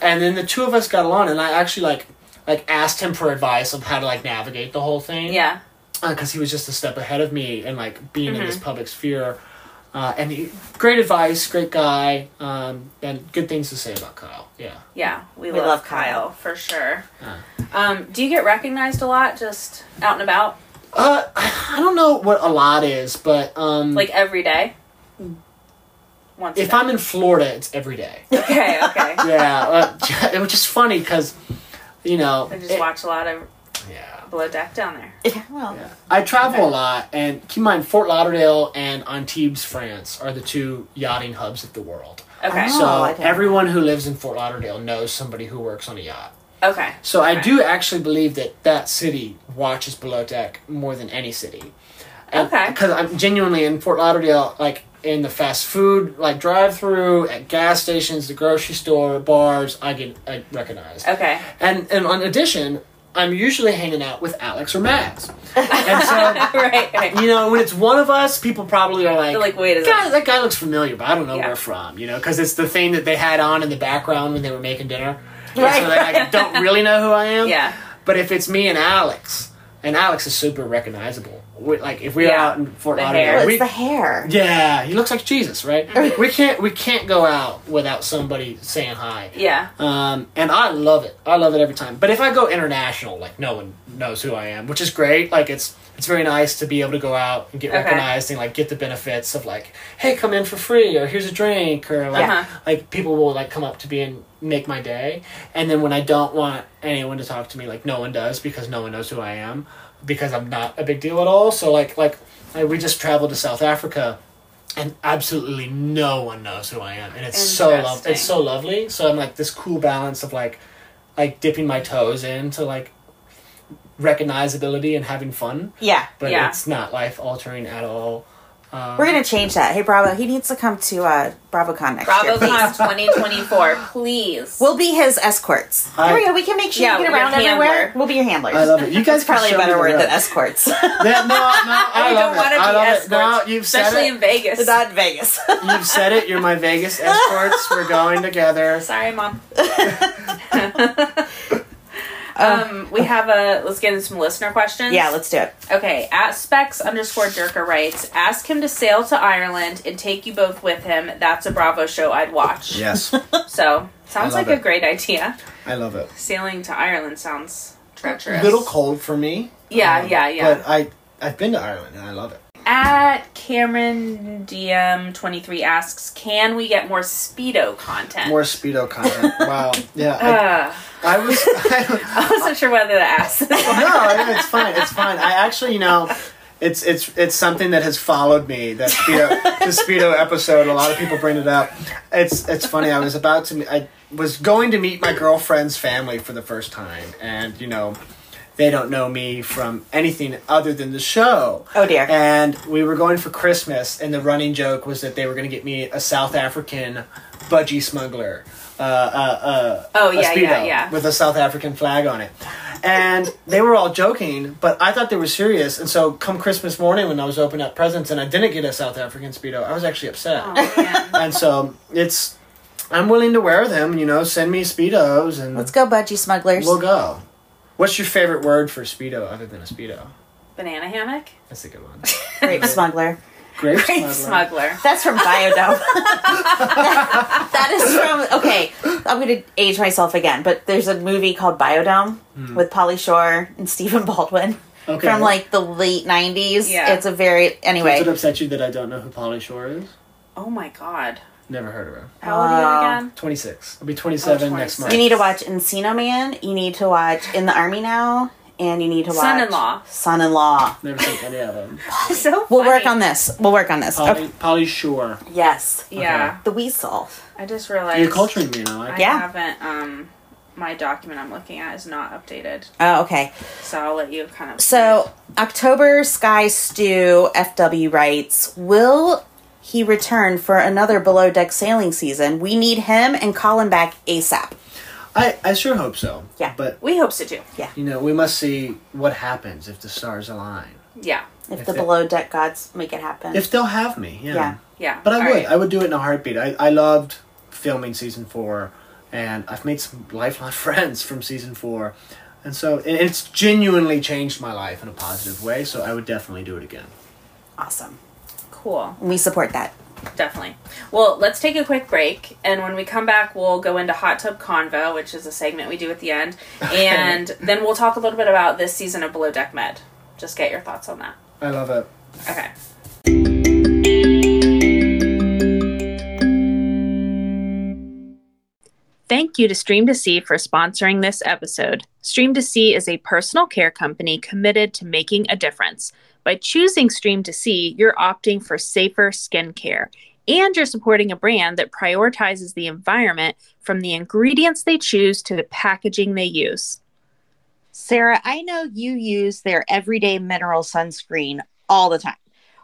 [SPEAKER 7] and then the two of us got along, and I actually like like asked him for advice of how to like navigate the whole thing.
[SPEAKER 5] Yeah.
[SPEAKER 7] because he was just a step ahead of me, and like being in this
[SPEAKER 5] Mhm.
[SPEAKER 7] public sphere. Uh, and he, great advice, great guy, um, and good things to say about Kyle. Yeah.
[SPEAKER 5] Yeah, we,
[SPEAKER 7] We
[SPEAKER 5] love,
[SPEAKER 7] love
[SPEAKER 5] Kyle,
[SPEAKER 7] Kyle.
[SPEAKER 5] for sure.
[SPEAKER 7] Uh.
[SPEAKER 5] Um, do you get recognized a lot just out and about,
[SPEAKER 7] Uh, I don't know what a lot is, but um,
[SPEAKER 5] like every day? Once a
[SPEAKER 7] (laughs) if
[SPEAKER 5] day.
[SPEAKER 7] I'm in Florida, it's
[SPEAKER 5] (laughs)
[SPEAKER 7] every day.
[SPEAKER 5] okay, okay.
[SPEAKER 7] yeah, uh, (laughs) it was just funny because, you know,
[SPEAKER 5] I just watch a lot of Below Deck down there.
[SPEAKER 6] well,
[SPEAKER 7] I travel a lot, and keep in mind Fort Lauderdale and Antibes, France, are the two yachting hubs of the world.
[SPEAKER 5] Okay. Oh,
[SPEAKER 7] so
[SPEAKER 5] I didn't know.
[SPEAKER 7] everyone who lives in Fort Lauderdale knows somebody who works on a yacht.
[SPEAKER 5] Okay.
[SPEAKER 7] So I do actually believe that that city watches Below Deck more than any city.
[SPEAKER 5] okay.
[SPEAKER 7] Because I'm genuinely in Fort Lauderdale, like in the fast food, like drive-through, at gas stations, the grocery store, bars, I get I recognized.
[SPEAKER 5] Okay.
[SPEAKER 7] And and in addition, I'm usually hanging out with Alex or Max. And so,
[SPEAKER 5] (laughs) right,
[SPEAKER 7] you know, when it's one of us, people probably are like,
[SPEAKER 5] They're like, wait a
[SPEAKER 7] "God,
[SPEAKER 5] second."
[SPEAKER 7] that guy looks familiar, but I don't know where from, you know, because it's the thing that they had on in the background when they were making dinner. And
[SPEAKER 5] Right,
[SPEAKER 7] so they like, don't really know who I
[SPEAKER 5] (laughs)
[SPEAKER 7] am.
[SPEAKER 5] Yeah.
[SPEAKER 7] But if it's me and Alex, and Alex is super recognizable. We, like if we're
[SPEAKER 6] Yeah.
[SPEAKER 7] out in Fort
[SPEAKER 6] The
[SPEAKER 7] Lauderdale,
[SPEAKER 6] hair. Well, it's
[SPEAKER 7] we-
[SPEAKER 6] the hair.
[SPEAKER 7] Yeah, he looks like
[SPEAKER 5] (laughs)
[SPEAKER 7] Jesus, right? we can't we can't go out without somebody saying hi.
[SPEAKER 5] Yeah.
[SPEAKER 7] Um, and I love it. I love it every time. But if I go international, like no one knows who I am, which is great. Like it's it's very nice to be able to go out and get
[SPEAKER 5] Okay.
[SPEAKER 7] recognized and like get the benefits of like, hey, come in for free or here's a drink or like
[SPEAKER 5] Uh-huh.
[SPEAKER 7] like people will like come up to me and make my day. And then when I don't want anyone to talk to me, like no one does because no one knows who I am because I'm not a big deal at all. So like like, like we just traveled to South Africa and absolutely no one knows who I am, and it's so love.
[SPEAKER 5] Interesting.
[SPEAKER 7] It's so lovely. So I'm like this cool balance of like, like dipping my toes into like recognizability and having fun.
[SPEAKER 6] Yeah.
[SPEAKER 7] but
[SPEAKER 6] Yeah.
[SPEAKER 7] it's not life altering at all. Um,
[SPEAKER 6] We're gonna change that. Hey, Bravo, he needs to come to uh, BravoCon next year. please.
[SPEAKER 5] BravoCon 2024, please.
[SPEAKER 6] We'll be his escorts.
[SPEAKER 7] I-
[SPEAKER 6] There we go. We can make sure
[SPEAKER 5] Yeah,
[SPEAKER 6] you get
[SPEAKER 5] we're your
[SPEAKER 6] around
[SPEAKER 5] handler.
[SPEAKER 6] everywhere. We'll be your handlers.
[SPEAKER 7] I love it. You guys
[SPEAKER 6] That's probably
[SPEAKER 7] can
[SPEAKER 6] a
[SPEAKER 7] show me
[SPEAKER 6] better
[SPEAKER 7] the
[SPEAKER 6] word than
[SPEAKER 7] ropes. (laughs)
[SPEAKER 6] escorts.
[SPEAKER 7] Yeah, no, no, I
[SPEAKER 5] (laughs) We
[SPEAKER 7] love
[SPEAKER 5] don't
[SPEAKER 7] it.
[SPEAKER 5] want to
[SPEAKER 7] I
[SPEAKER 5] be
[SPEAKER 7] love
[SPEAKER 5] escorts,
[SPEAKER 7] it. No, you've said
[SPEAKER 5] especially
[SPEAKER 7] it.
[SPEAKER 5] in Vegas.
[SPEAKER 6] Not Vegas.
[SPEAKER 7] You've said it. You're
[SPEAKER 5] (laughs)
[SPEAKER 7] my Vegas escorts. We're going together.
[SPEAKER 5] Sorry,
[SPEAKER 6] (laughs)
[SPEAKER 5] mom. (laughs) um, we have a. Let's get into some listener questions.
[SPEAKER 6] yeah, let's do it.
[SPEAKER 5] Okay, at specs underscore Durker writes, ask him to sail to Ireland and take you both with him. That's a Bravo show I'd watch.
[SPEAKER 7] Yes,
[SPEAKER 5] So sounds
[SPEAKER 7] I
[SPEAKER 5] like
[SPEAKER 7] love
[SPEAKER 5] a
[SPEAKER 7] it.
[SPEAKER 5] great idea.
[SPEAKER 7] I
[SPEAKER 5] (laughs)
[SPEAKER 7] love it.
[SPEAKER 5] Sailing to Ireland sounds treacherous.
[SPEAKER 7] A little cold for me.
[SPEAKER 5] Yeah, yeah, yeah.
[SPEAKER 7] Um, But uh, I I've been to Ireland and I love it.
[SPEAKER 5] At Cameron DM twenty three asks, can we get more speedo content?
[SPEAKER 7] More speedo content. wow. Yeah. I-
[SPEAKER 5] Uh,
[SPEAKER 7] I was. (laughs)
[SPEAKER 5] I, wasn't sure whether to ask.
[SPEAKER 6] (laughs)
[SPEAKER 5] This one.
[SPEAKER 7] no, no, it's fine. It's fine. I actually, you know, it's it's it's something that has followed me. That speedo, the speedo episode. A lot of people bring it up. It's it's funny. I was about to. I was going to meet my girlfriend's family for the first time, and you know. They don't know me from anything other than the show.
[SPEAKER 6] Oh dear!
[SPEAKER 7] And we were going for Christmas, and the running joke was that they were going to get me a South African budgie smuggler. Uh, uh, uh,
[SPEAKER 5] Oh,
[SPEAKER 7] a
[SPEAKER 5] yeah, yeah,
[SPEAKER 7] Speedo
[SPEAKER 5] yeah.
[SPEAKER 7] With a South African flag on it. And they were all joking, but I thought they were serious. And so, come Christmas morning, when I was opening up presents and I didn't get a South African Speedo, I was actually upset. and so, it's. I'm willing to wear them, you know, send me Speedos and.
[SPEAKER 6] Let's go, budgie smugglers.
[SPEAKER 7] We'll go. What's your favorite word for Speedo other than a Speedo?
[SPEAKER 5] (laughs) Banana hammock.
[SPEAKER 7] That's a good
[SPEAKER 6] (laughs)
[SPEAKER 7] one.
[SPEAKER 6] Grape smuggler.
[SPEAKER 7] Grape,
[SPEAKER 5] Grape smuggler.
[SPEAKER 6] That's from
[SPEAKER 7] (laughs)
[SPEAKER 6] Biodome. (laughs) that is from okay. I'm gonna
[SPEAKER 7] Hmm.
[SPEAKER 6] age myself again, but there's a movie called Biodome with Polly Shore and Stephen Baldwin.
[SPEAKER 7] Okay.
[SPEAKER 6] from like the late 90s.
[SPEAKER 7] Yeah.
[SPEAKER 6] It's a very. Anyway.
[SPEAKER 7] Does it upset you that I don't know who Polly Shore is?
[SPEAKER 5] Oh my god.
[SPEAKER 7] Never heard of her.
[SPEAKER 6] How old are you again?
[SPEAKER 7] 26. I'll be 27 next month.
[SPEAKER 6] Oh. You need to watch Encino Man. You need to watch In the Army Now, and you need to watch
[SPEAKER 7] Son-in-Law.
[SPEAKER 6] Son-in-law.
[SPEAKER 7] Never seen any
[SPEAKER 6] (laughs)
[SPEAKER 7] of them.
[SPEAKER 5] so
[SPEAKER 6] we'll work on this. We'll work on this.
[SPEAKER 7] Polly, Polly Shore.
[SPEAKER 6] Yes.
[SPEAKER 5] Yeah.
[SPEAKER 6] The weasel.
[SPEAKER 5] I just realized.
[SPEAKER 7] You're culturing me now. I,
[SPEAKER 5] I
[SPEAKER 6] Yeah.
[SPEAKER 5] haven't. Um, my document I'm looking at is not updated,
[SPEAKER 6] Oh, okay.
[SPEAKER 5] so I'll let you kind of.
[SPEAKER 6] So October Sky Stew FW writes, Will he return for another below deck sailing season? We need him and Colin back ASAP.
[SPEAKER 7] I, I sure hope so.
[SPEAKER 6] Yeah.
[SPEAKER 7] But
[SPEAKER 5] we hope so too.
[SPEAKER 6] Yeah.
[SPEAKER 7] You know, we must see what happens if the stars align.
[SPEAKER 5] Yeah.
[SPEAKER 6] If,
[SPEAKER 7] If
[SPEAKER 6] the
[SPEAKER 7] it-
[SPEAKER 6] below deck gods make it happen.
[SPEAKER 7] If they'll have me, yeah.
[SPEAKER 6] Yeah.
[SPEAKER 5] Yeah.
[SPEAKER 7] But I
[SPEAKER 6] All
[SPEAKER 7] would.
[SPEAKER 6] right.
[SPEAKER 7] I would do it in a heartbeat. I, I loved filming season four, and I've made some lifelong (laughs) friends from season four. And so and it's genuinely changed my life in a positive way, so I would definitely do it again.
[SPEAKER 6] Awesome.
[SPEAKER 5] Cool.
[SPEAKER 6] We support that.
[SPEAKER 5] Definitely. Well, let's take a quick break, and when we come back, we'll go into Hot Tub Convo, which is a segment we do at the end, and then we'll talk a little bit about this season of Below Deck Med. Just get your thoughts on that.
[SPEAKER 7] I love it.
[SPEAKER 5] Okay. Thank you to Stream to See for sponsoring this episode. Stream to See is a personal care company committed to making a difference. By choosing Stream to See, you're opting for safer skincare and you're supporting a brand that prioritizes the environment from the ingredients they choose to the packaging they use.
[SPEAKER 8] Sarah, I know you use their everyday mineral sunscreen all the time.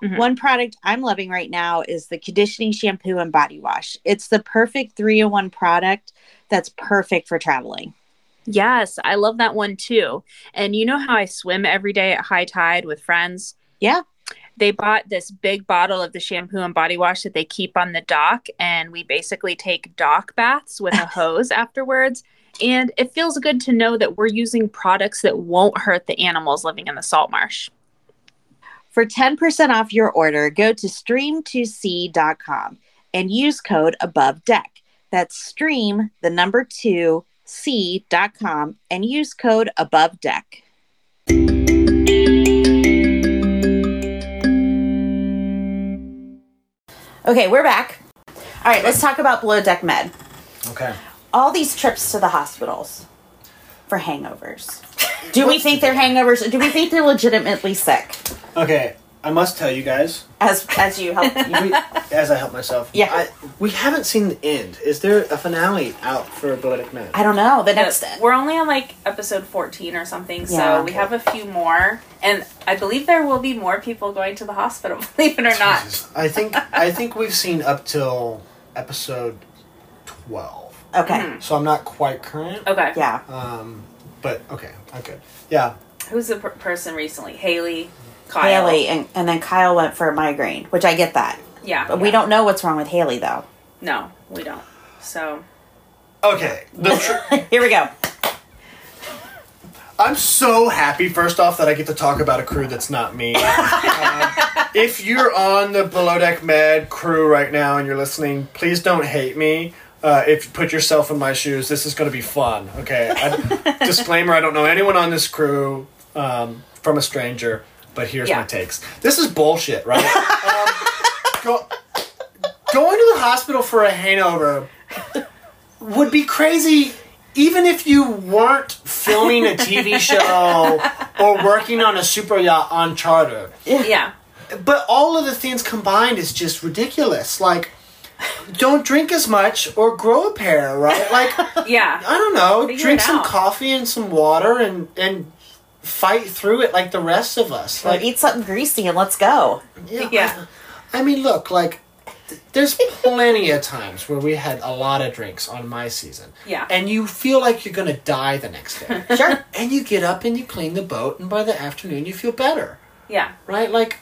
[SPEAKER 6] Mm-hmm.
[SPEAKER 5] Mhm.
[SPEAKER 8] One product I'm loving right now is the conditioning shampoo and body wash. It's the perfect three in one product that's perfect for traveling.
[SPEAKER 5] Yes, I love that one too. And you know how I swim every day at high tide with friends?
[SPEAKER 8] Yeah.
[SPEAKER 5] They bought this big bottle of the shampoo and body wash that they keep on the dock, and we basically take dock baths with a hose afterwards. And it feels good to know that we're using products that won't hurt the animals living in the salt marsh.
[SPEAKER 8] For 10% off your order, go to stream2c.com and use code above deck. That's stream, the number two, c.com, and use code above deck.
[SPEAKER 6] Okay, we're back. All right, let's talk about below deck med.
[SPEAKER 7] Okay.
[SPEAKER 6] All these trips to the hospitals for hangovers. Do we
[SPEAKER 5] (laughs)
[SPEAKER 6] think they're hangovers or do we think they're legitimately sick?
[SPEAKER 7] Okay, I must tell you guys,
[SPEAKER 6] As as you help
[SPEAKER 5] (laughs)
[SPEAKER 6] (laughs)
[SPEAKER 7] as I help myself,
[SPEAKER 6] Yeah.
[SPEAKER 7] I, we haven't seen the end. Is there a finale out for Bloodic Man?
[SPEAKER 6] I don't know. The next
[SPEAKER 5] We're only on like episode 14 or something,
[SPEAKER 7] Yeah.
[SPEAKER 5] so we have a few more. And I believe there will be more people going to the hospital, (laughs) believe it or not.
[SPEAKER 7] I think I think we've seen up till episode twelve.
[SPEAKER 6] Okay.
[SPEAKER 5] mm-hmm.
[SPEAKER 7] So I'm not quite current.
[SPEAKER 5] Okay.
[SPEAKER 6] Yeah.
[SPEAKER 7] Um, but okay, I'm good. Yeah.
[SPEAKER 5] Who's the per- person recently? Haley, Kyle.
[SPEAKER 6] Haley and, and then Kyle went for a migraine, which I get that.
[SPEAKER 5] Yeah.
[SPEAKER 6] But we don't know what's wrong with Haley though.
[SPEAKER 5] No, we don't. So
[SPEAKER 6] (laughs)
[SPEAKER 7] Okay. The
[SPEAKER 6] Here we go.
[SPEAKER 7] I'm so happy. First off, that I get to talk about a crew that's not me. Um, if you're on the Below Deck Med crew right now and you're listening, please don't hate me. Uh, if you put yourself in my shoes, this is going to be fun. Okay. I, disclaimer: I don't know anyone on this crew um, from a stranger, but here's my
[SPEAKER 9] Yeah.
[SPEAKER 7] takes. This is
[SPEAKER 5] (laughs)
[SPEAKER 7] bullshit, right? um, go, going to the hospital for a hangover would be crazy even if you weren't filming
[SPEAKER 5] (laughs)
[SPEAKER 7] a TV show or working on a super yacht on charter.
[SPEAKER 5] Yeah.
[SPEAKER 7] But all of the things combined is just ridiculous. Like, don't drink as much or grow a pair, right?
[SPEAKER 5] (laughs)
[SPEAKER 7] Like,
[SPEAKER 5] yeah.
[SPEAKER 7] I don't know.
[SPEAKER 5] Figure
[SPEAKER 7] drink
[SPEAKER 5] it
[SPEAKER 7] some
[SPEAKER 5] out.
[SPEAKER 7] coffee and some water and and fight through it like the rest of us. Like,
[SPEAKER 5] e-
[SPEAKER 6] Or eat something greasy and let's go.
[SPEAKER 7] yeah. I, I mean, look, like, th- there's plenty of times where we had a lot of drinks on my season.
[SPEAKER 5] Yeah.
[SPEAKER 7] And you feel like you're going to die the
[SPEAKER 5] (laughs)
[SPEAKER 7] next day.
[SPEAKER 6] sure.
[SPEAKER 7] And you get up and you clean the boat, and by the afternoon, you feel better.
[SPEAKER 5] yeah.
[SPEAKER 7] Right? Like,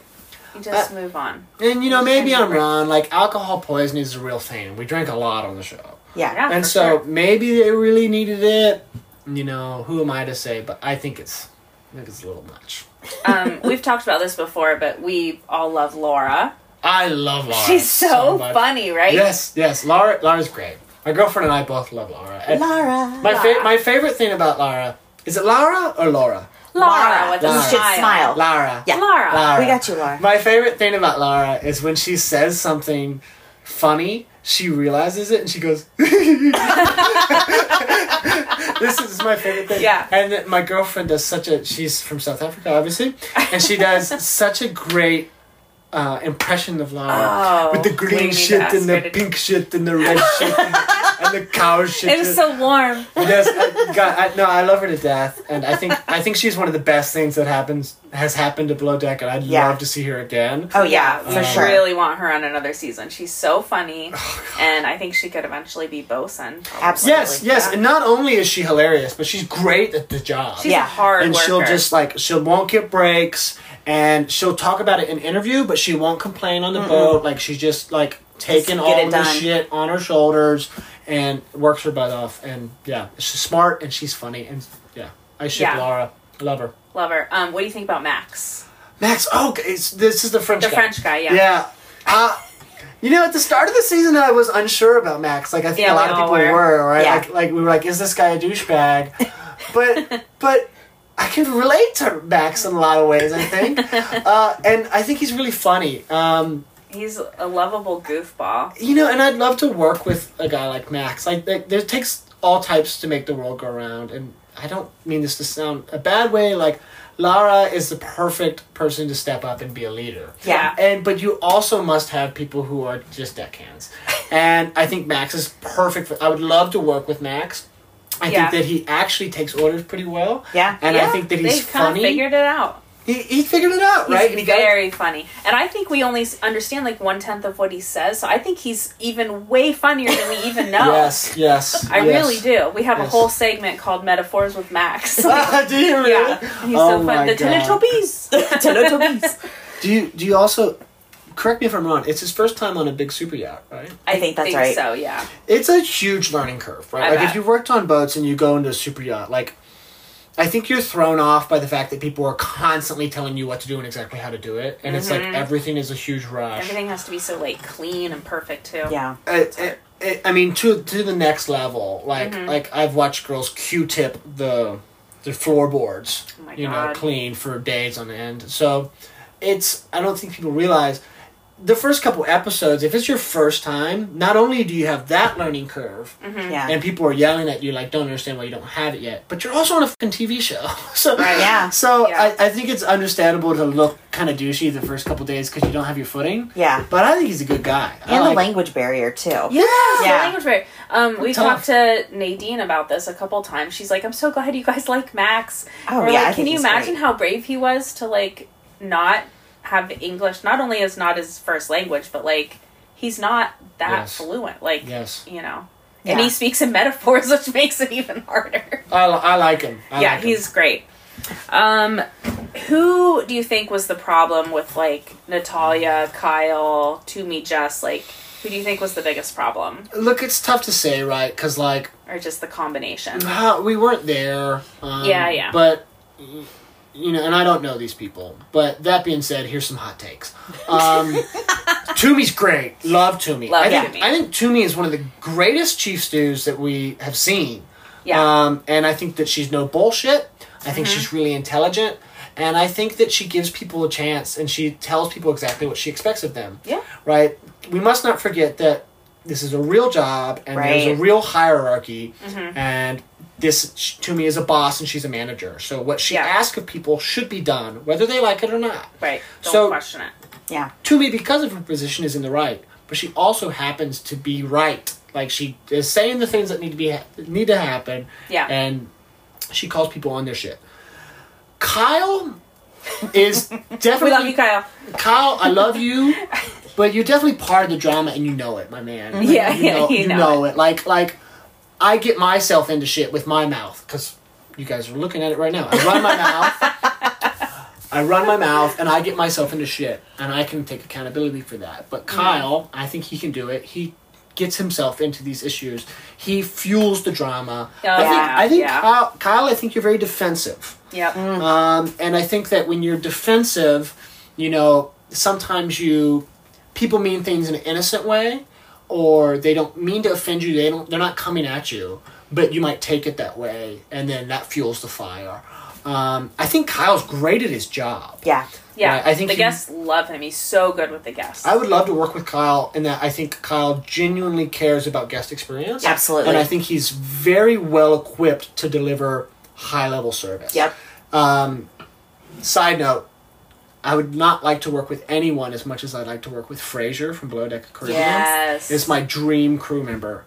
[SPEAKER 5] you just
[SPEAKER 6] Uh,
[SPEAKER 5] move on.
[SPEAKER 7] And, you know, maybe I'm wrong. Like, alcohol poisoning is a real thing. We drank a lot on the show.
[SPEAKER 6] Yeah.
[SPEAKER 7] and so maybe they really needed it. You know, who am I to say? But I think it's, I think it's a little much.
[SPEAKER 5] um, we've talked about this before, but we all love Laura.
[SPEAKER 7] I love Laura.
[SPEAKER 5] She's so,
[SPEAKER 7] much.
[SPEAKER 5] funny, right?
[SPEAKER 7] Yes, yes. Laura, Laura's great. My girlfriend and I both love Laura. And
[SPEAKER 6] Laura.
[SPEAKER 7] My fa- my favorite thing about Laura is it Laura or Laura?
[SPEAKER 5] Lara with a
[SPEAKER 6] You should smile.
[SPEAKER 7] Lara.
[SPEAKER 6] Yeah.
[SPEAKER 5] Lara.
[SPEAKER 6] We got you, Lara.
[SPEAKER 7] My favorite thing about Lara is when she says something funny, she realizes it and she goes, (laughs) This is my favorite thing. Yeah. And then my girlfriend does such a, she's from South Africa, obviously, and
[SPEAKER 5] (laughs)
[SPEAKER 7] she does such a great. Uh, impression of Lara
[SPEAKER 5] Oh,
[SPEAKER 7] with the
[SPEAKER 5] we
[SPEAKER 7] green
[SPEAKER 5] need to
[SPEAKER 7] shit
[SPEAKER 5] ask
[SPEAKER 7] and
[SPEAKER 5] her to-
[SPEAKER 7] the pink shit and the red shit and the, and the cow shit.
[SPEAKER 5] (laughs) It was so warm.
[SPEAKER 7] Yes, I, God, I, no, I love her to death, and I think I think she's one of the best things that happens has happened to Blow Deck, and I'd
[SPEAKER 5] Yeah.
[SPEAKER 7] love to see her again.
[SPEAKER 6] Oh,
[SPEAKER 5] we Really want her on another season. She's so funny,
[SPEAKER 7] Oh,
[SPEAKER 5] and I think she could eventually be bosun.
[SPEAKER 6] Uh,
[SPEAKER 5] probably.
[SPEAKER 7] Yes, yes, and not only is she hilarious, but she's great at the job.
[SPEAKER 5] She's a Yeah. hard
[SPEAKER 7] and she'll
[SPEAKER 5] worker.
[SPEAKER 7] just like she won't get breaks, and she'll talk about it in interview, but she won't complain on the
[SPEAKER 5] Mm-mm.
[SPEAKER 7] boat. Like she's just like taking
[SPEAKER 5] Just
[SPEAKER 7] all
[SPEAKER 5] get it
[SPEAKER 7] of the
[SPEAKER 5] done.
[SPEAKER 7] shit on her shoulders and works her butt off. And yeah, she's smart and she's funny, and yeah, I ship
[SPEAKER 5] Yeah.
[SPEAKER 7] Laura. Love her.
[SPEAKER 5] Love her. Um, what do you think about Max?
[SPEAKER 7] Max, oh, okay, it's, this is the French
[SPEAKER 5] The
[SPEAKER 7] guy.
[SPEAKER 5] French guy, yeah.
[SPEAKER 7] Yeah. Uh, you know, at the start of the season, I was unsure about Max. Like, I think
[SPEAKER 5] Yeah,
[SPEAKER 7] a lot
[SPEAKER 5] we
[SPEAKER 7] of
[SPEAKER 5] all
[SPEAKER 7] people
[SPEAKER 5] were.
[SPEAKER 7] were, right?
[SPEAKER 5] Yeah.
[SPEAKER 7] Like, like, we were like, is this guy
[SPEAKER 5] (laughs)
[SPEAKER 7] a douchebag? but, but I can relate to Max in a lot of ways,
[SPEAKER 5] (laughs)
[SPEAKER 7] I think. uh, and I think he's really funny. Um,
[SPEAKER 5] He's a lovable goofball.
[SPEAKER 7] you know, and I'd love to work with a guy like Max. Like, like there takes all types to make the world go round, and I don't mean this to sound a bad way. Like, Lara is the perfect person to step up and be a leader.
[SPEAKER 5] Yeah.
[SPEAKER 7] and but you also must have people who are just
[SPEAKER 5] (laughs)
[SPEAKER 7] deckhands, and I think Max is perfect. For, I would love to work with Max. I
[SPEAKER 5] Yeah.
[SPEAKER 7] think that he actually takes orders pretty well.
[SPEAKER 6] Yeah,
[SPEAKER 7] and I
[SPEAKER 5] Yeah,
[SPEAKER 7] think that he's
[SPEAKER 5] they've kinda
[SPEAKER 7] funny.
[SPEAKER 5] figured it out.
[SPEAKER 7] He, he figured it out,
[SPEAKER 5] He's
[SPEAKER 7] right? And he got-
[SPEAKER 5] very funny, and I think we only s- understand like one tenth of what he says. So I think he's even way funnier than we even know.
[SPEAKER 7] Yes, yes.
[SPEAKER 5] I
[SPEAKER 7] yes.
[SPEAKER 5] really do. We have a
[SPEAKER 7] Yes.
[SPEAKER 5] whole segment called Metaphors with Max. (laughs)
[SPEAKER 7] (laughs) do you really?
[SPEAKER 5] Yeah. He's
[SPEAKER 7] Oh
[SPEAKER 5] so
[SPEAKER 7] my
[SPEAKER 5] fun. The
[SPEAKER 7] God.
[SPEAKER 5] Teletubbies. Teletubbies.
[SPEAKER 7] (laughs) Do you do you also correct me if I'm wrong? It's his first time on a big super yacht, right?
[SPEAKER 5] I think
[SPEAKER 7] that's right.
[SPEAKER 5] So yeah.
[SPEAKER 7] It's a huge learning curve, right?
[SPEAKER 5] I
[SPEAKER 7] like
[SPEAKER 5] bet.
[SPEAKER 7] if you've worked on boats and you go into a super yacht, like I think you're thrown off by the fact that people are constantly telling you what to do and exactly how to do it, and it's like
[SPEAKER 5] Mhm.
[SPEAKER 7] everything is a huge rush.
[SPEAKER 5] Everything has to be so like clean and perfect too.
[SPEAKER 7] I, I- Uh, I, I mean to to the next level. Like
[SPEAKER 5] Mhm.
[SPEAKER 7] like I've watched girls Q-tip the the floorboards,
[SPEAKER 5] my
[SPEAKER 7] you know,
[SPEAKER 5] God.
[SPEAKER 7] clean for days on end. So it's I don't think people realize the first couple episodes. If it's your first time, not only do you have that learning curve,
[SPEAKER 6] Mhm. Yeah.
[SPEAKER 7] and people are yelling at you like, "Don't understand why you don't have it yet," but you're also on a fucking TV show, (laughs) so
[SPEAKER 6] Right. Yeah.
[SPEAKER 7] So I, I think it's understandable to look kind of douchey the first couple days because you don't have your footing.
[SPEAKER 6] Yeah.
[SPEAKER 7] But I think he's a good guy. I
[SPEAKER 6] And the
[SPEAKER 7] like-
[SPEAKER 6] language barrier too.
[SPEAKER 5] (laughs)
[SPEAKER 7] Yes,
[SPEAKER 5] The
[SPEAKER 6] Yeah.
[SPEAKER 5] language barrier. Um, we
[SPEAKER 6] Tough.
[SPEAKER 5] talked to Nadine about this a couple times. She's like, "I'm so glad you guys like Max."
[SPEAKER 6] Oh,
[SPEAKER 5] We're
[SPEAKER 6] yeah,
[SPEAKER 5] like,
[SPEAKER 6] I
[SPEAKER 5] can
[SPEAKER 6] think
[SPEAKER 5] you
[SPEAKER 6] he's
[SPEAKER 5] imagine
[SPEAKER 6] great.
[SPEAKER 5] how brave he was to like not have English? Not only is not his first language, but like he's not that
[SPEAKER 7] Yes.
[SPEAKER 5] fluent. Like,
[SPEAKER 7] Yes.
[SPEAKER 5] you know,
[SPEAKER 7] Yeah.
[SPEAKER 5] and he speaks in metaphors, (laughs) which makes it even harder.
[SPEAKER 7] I, li- I like him. I
[SPEAKER 5] yeah,
[SPEAKER 7] like him.
[SPEAKER 5] he's great. Um, who do you think was the problem with like Natalia, Kyle, Toomey, Jess? Like, who do you think was the biggest problem,
[SPEAKER 7] Look, it's tough to say, right? Because like
[SPEAKER 5] or just the
[SPEAKER 7] (sighs)
[SPEAKER 5] combination?
[SPEAKER 7] uh, we weren't there. Um,
[SPEAKER 5] Yeah, yeah.
[SPEAKER 7] But you know, and I don't know these people. But that being said, here's some hot takes.
[SPEAKER 5] (laughs)
[SPEAKER 7] Um, Toomey's great. Love Toomey.
[SPEAKER 5] Love
[SPEAKER 7] I think,
[SPEAKER 5] Toomey.
[SPEAKER 7] I think Toomey is one of the greatest chief stews that we have seen.
[SPEAKER 5] Yeah.
[SPEAKER 7] Um, and I think that she's no bullshit. I think
[SPEAKER 5] Mhm.
[SPEAKER 7] she's really intelligent. And I think that she gives people a chance and she tells people exactly what she expects of them.
[SPEAKER 5] Yeah.
[SPEAKER 7] right? We must not forget that this is a real job and there's
[SPEAKER 5] Right.
[SPEAKER 7] a real hierarchy,
[SPEAKER 5] Mhm.
[SPEAKER 7] and this sh- to me is a boss and she's a manager. So what she asks of people should be done, whether they like it or not.
[SPEAKER 5] Right. Don't
[SPEAKER 7] So-
[SPEAKER 5] question it.
[SPEAKER 6] Yeah.
[SPEAKER 7] To me, because of her position, is in the right, but she also happens to be right. Like she is saying the things that need to be ha- need to happen,
[SPEAKER 5] Yeah.
[SPEAKER 7] and she calls people on their shit. Kyle
[SPEAKER 5] (laughs)
[SPEAKER 7] is definitely.
[SPEAKER 5] love you, Kyle.
[SPEAKER 7] Kyle, I love
[SPEAKER 5] (laughs)
[SPEAKER 7] you, but you're definitely part of the drama, and you know it, my man. Like,
[SPEAKER 5] Yeah,
[SPEAKER 7] you
[SPEAKER 5] yeah, (laughs)
[SPEAKER 7] know,
[SPEAKER 5] you
[SPEAKER 7] you
[SPEAKER 5] know
[SPEAKER 7] know it. Like, like I get myself into shit with my mouth because you guys are looking at it right now. I run my mouth.
[SPEAKER 5] (laughs)
[SPEAKER 7] I run my mouth and I get myself into shit, and I can take accountability for that. But Kyle, I think he can do it. He gets himself into these issues. He fuels the drama.
[SPEAKER 5] Oh,
[SPEAKER 7] I think,
[SPEAKER 5] yeah,
[SPEAKER 7] I think
[SPEAKER 5] yeah.
[SPEAKER 7] Kyle, Kyle, I think you're very defensive.
[SPEAKER 5] Yep.
[SPEAKER 7] Um, and I think that when you're defensive, you know, sometimes you people mean things in an innocent way, or they don't mean to offend you. They don't. They're not coming at you, but you might take it that way, and then that fuels the fire. Um, I think Kyle's great at his job.
[SPEAKER 6] Yeah.
[SPEAKER 5] Yeah,
[SPEAKER 7] Right, I think
[SPEAKER 5] the
[SPEAKER 7] he-
[SPEAKER 5] guests love him. He's so good with the guests.
[SPEAKER 7] I would love to work with Kyle in that I think Kyle genuinely cares about guest experience.
[SPEAKER 6] Absolutely.
[SPEAKER 7] And I think he's very well equipped to deliver high level service.
[SPEAKER 6] Yep.
[SPEAKER 7] Um, side note, I would not like to work with anyone as much as I'd like to work with Frazier from Below Deck Caribbean.
[SPEAKER 5] Yes.
[SPEAKER 7] It's my dream crew member.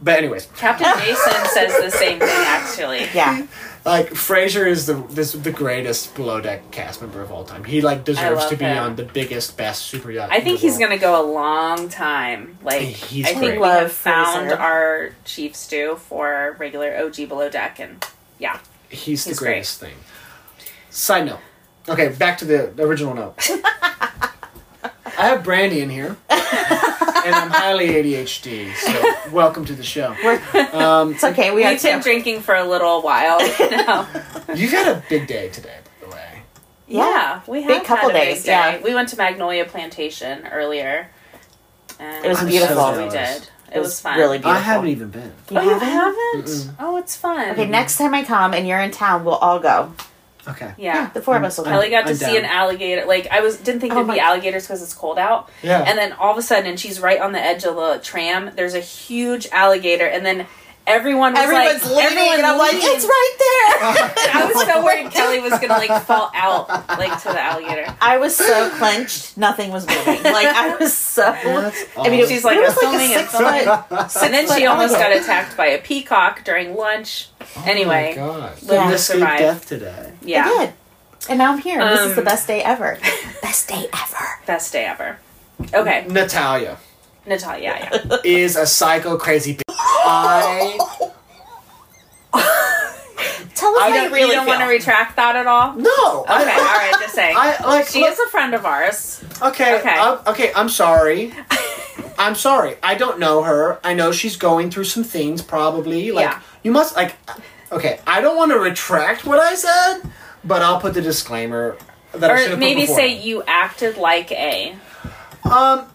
[SPEAKER 7] But anyways,
[SPEAKER 5] (laughs) Captain Jason says the same thing actually.
[SPEAKER 6] Yeah.
[SPEAKER 7] like Frasier is the this, the greatest below deck cast member of all time. He like deserves
[SPEAKER 5] love
[SPEAKER 7] to be
[SPEAKER 5] him.
[SPEAKER 7] on the biggest, best super yacht.
[SPEAKER 5] I think
[SPEAKER 7] in the
[SPEAKER 5] he's gonna go a long time. Like
[SPEAKER 7] He's
[SPEAKER 5] I think
[SPEAKER 7] great.
[SPEAKER 5] we
[SPEAKER 7] Love
[SPEAKER 5] have found
[SPEAKER 7] Fraser.
[SPEAKER 5] our chief stew for regular OG below deck, and yeah,
[SPEAKER 7] world.
[SPEAKER 5] he's
[SPEAKER 7] he's, the greatest thing. Side note. Okay, back to the original note. I have Brandy in here, and I'm highly ADHD. So welcome to the show. Um,
[SPEAKER 6] it's okay.
[SPEAKER 5] we've been drinking for a little while
[SPEAKER 6] (laughs)
[SPEAKER 5] now.
[SPEAKER 7] You've had a big day today.
[SPEAKER 5] Yeah, we have
[SPEAKER 6] Big couple
[SPEAKER 5] had a big
[SPEAKER 6] days,
[SPEAKER 5] day.
[SPEAKER 6] yeah.
[SPEAKER 5] we went to Magnolia Plantation earlier. And
[SPEAKER 6] It was
[SPEAKER 7] I'm
[SPEAKER 6] beautiful.
[SPEAKER 7] so
[SPEAKER 5] we
[SPEAKER 7] jealous.
[SPEAKER 5] did. It was fun.
[SPEAKER 6] really beautiful.
[SPEAKER 7] I haven't even been.
[SPEAKER 6] You
[SPEAKER 5] oh, you
[SPEAKER 6] haven't?
[SPEAKER 5] haven't?
[SPEAKER 7] Mm-mm.
[SPEAKER 5] Oh, it's fun.
[SPEAKER 6] Okay, next time I come and you're in town, we'll all go.
[SPEAKER 7] Okay.
[SPEAKER 5] Yeah.
[SPEAKER 6] the four of us will go.
[SPEAKER 5] Kelly got to see an alligator. Like I was didn't think
[SPEAKER 6] Oh
[SPEAKER 5] there'd
[SPEAKER 6] my-
[SPEAKER 5] be alligators because it's cold out.
[SPEAKER 6] Yeah.
[SPEAKER 5] And then all of a sudden, and she's right on the edge of the tram. There's a huge alligator, and then everyone was like,
[SPEAKER 6] Everyone's
[SPEAKER 5] (laughs)
[SPEAKER 6] leaving,
[SPEAKER 5] everyone
[SPEAKER 6] and I'm like,
[SPEAKER 5] leaving.
[SPEAKER 6] it's right there.
[SPEAKER 5] I was so worried Kelly was gonna like fall out like to the alligator.
[SPEAKER 6] I was so clenched, nothing was moving. Like I was so. I mean, it,
[SPEAKER 5] she's like, I'm
[SPEAKER 6] it was
[SPEAKER 5] filming
[SPEAKER 6] like a
[SPEAKER 5] it,
[SPEAKER 6] six foot. six
[SPEAKER 5] and then
[SPEAKER 6] foot
[SPEAKER 5] she almost got
[SPEAKER 6] alligator.
[SPEAKER 5] attacked by a peacock during lunch. anyway,
[SPEAKER 7] God.
[SPEAKER 5] Linda
[SPEAKER 7] You escaped
[SPEAKER 5] survived.
[SPEAKER 7] death today.
[SPEAKER 5] yeah,
[SPEAKER 6] I did. And now I'm here. this is the
[SPEAKER 5] Um,
[SPEAKER 6] best day ever. best day ever.
[SPEAKER 5] best day ever. Okay,
[SPEAKER 7] Natalia.
[SPEAKER 5] Natalia, yeah.
[SPEAKER 7] is a psycho
[SPEAKER 5] (laughs)
[SPEAKER 7] crazy bitch. I
[SPEAKER 6] Tell us
[SPEAKER 5] I
[SPEAKER 6] how you
[SPEAKER 5] don't,
[SPEAKER 6] really
[SPEAKER 5] you don't
[SPEAKER 6] feel.
[SPEAKER 5] want to retract that at all.
[SPEAKER 7] (laughs) no.
[SPEAKER 5] Okay, all right, just saying.
[SPEAKER 7] I- like,
[SPEAKER 5] she
[SPEAKER 7] look-
[SPEAKER 5] is a friend of ours.
[SPEAKER 7] Okay. Okay. I'm, okay.
[SPEAKER 5] (laughs)
[SPEAKER 7] I'm sorry. I'm sorry. I don't know her. I know she's going through some things. Probably. Like
[SPEAKER 5] Yeah.
[SPEAKER 7] you must. Like. Okay. I don't want to retract what I said, but I'll put the disclaimer that I should
[SPEAKER 5] or
[SPEAKER 7] have
[SPEAKER 5] maybe
[SPEAKER 7] put before.
[SPEAKER 5] say you acted like a.
[SPEAKER 7] Um.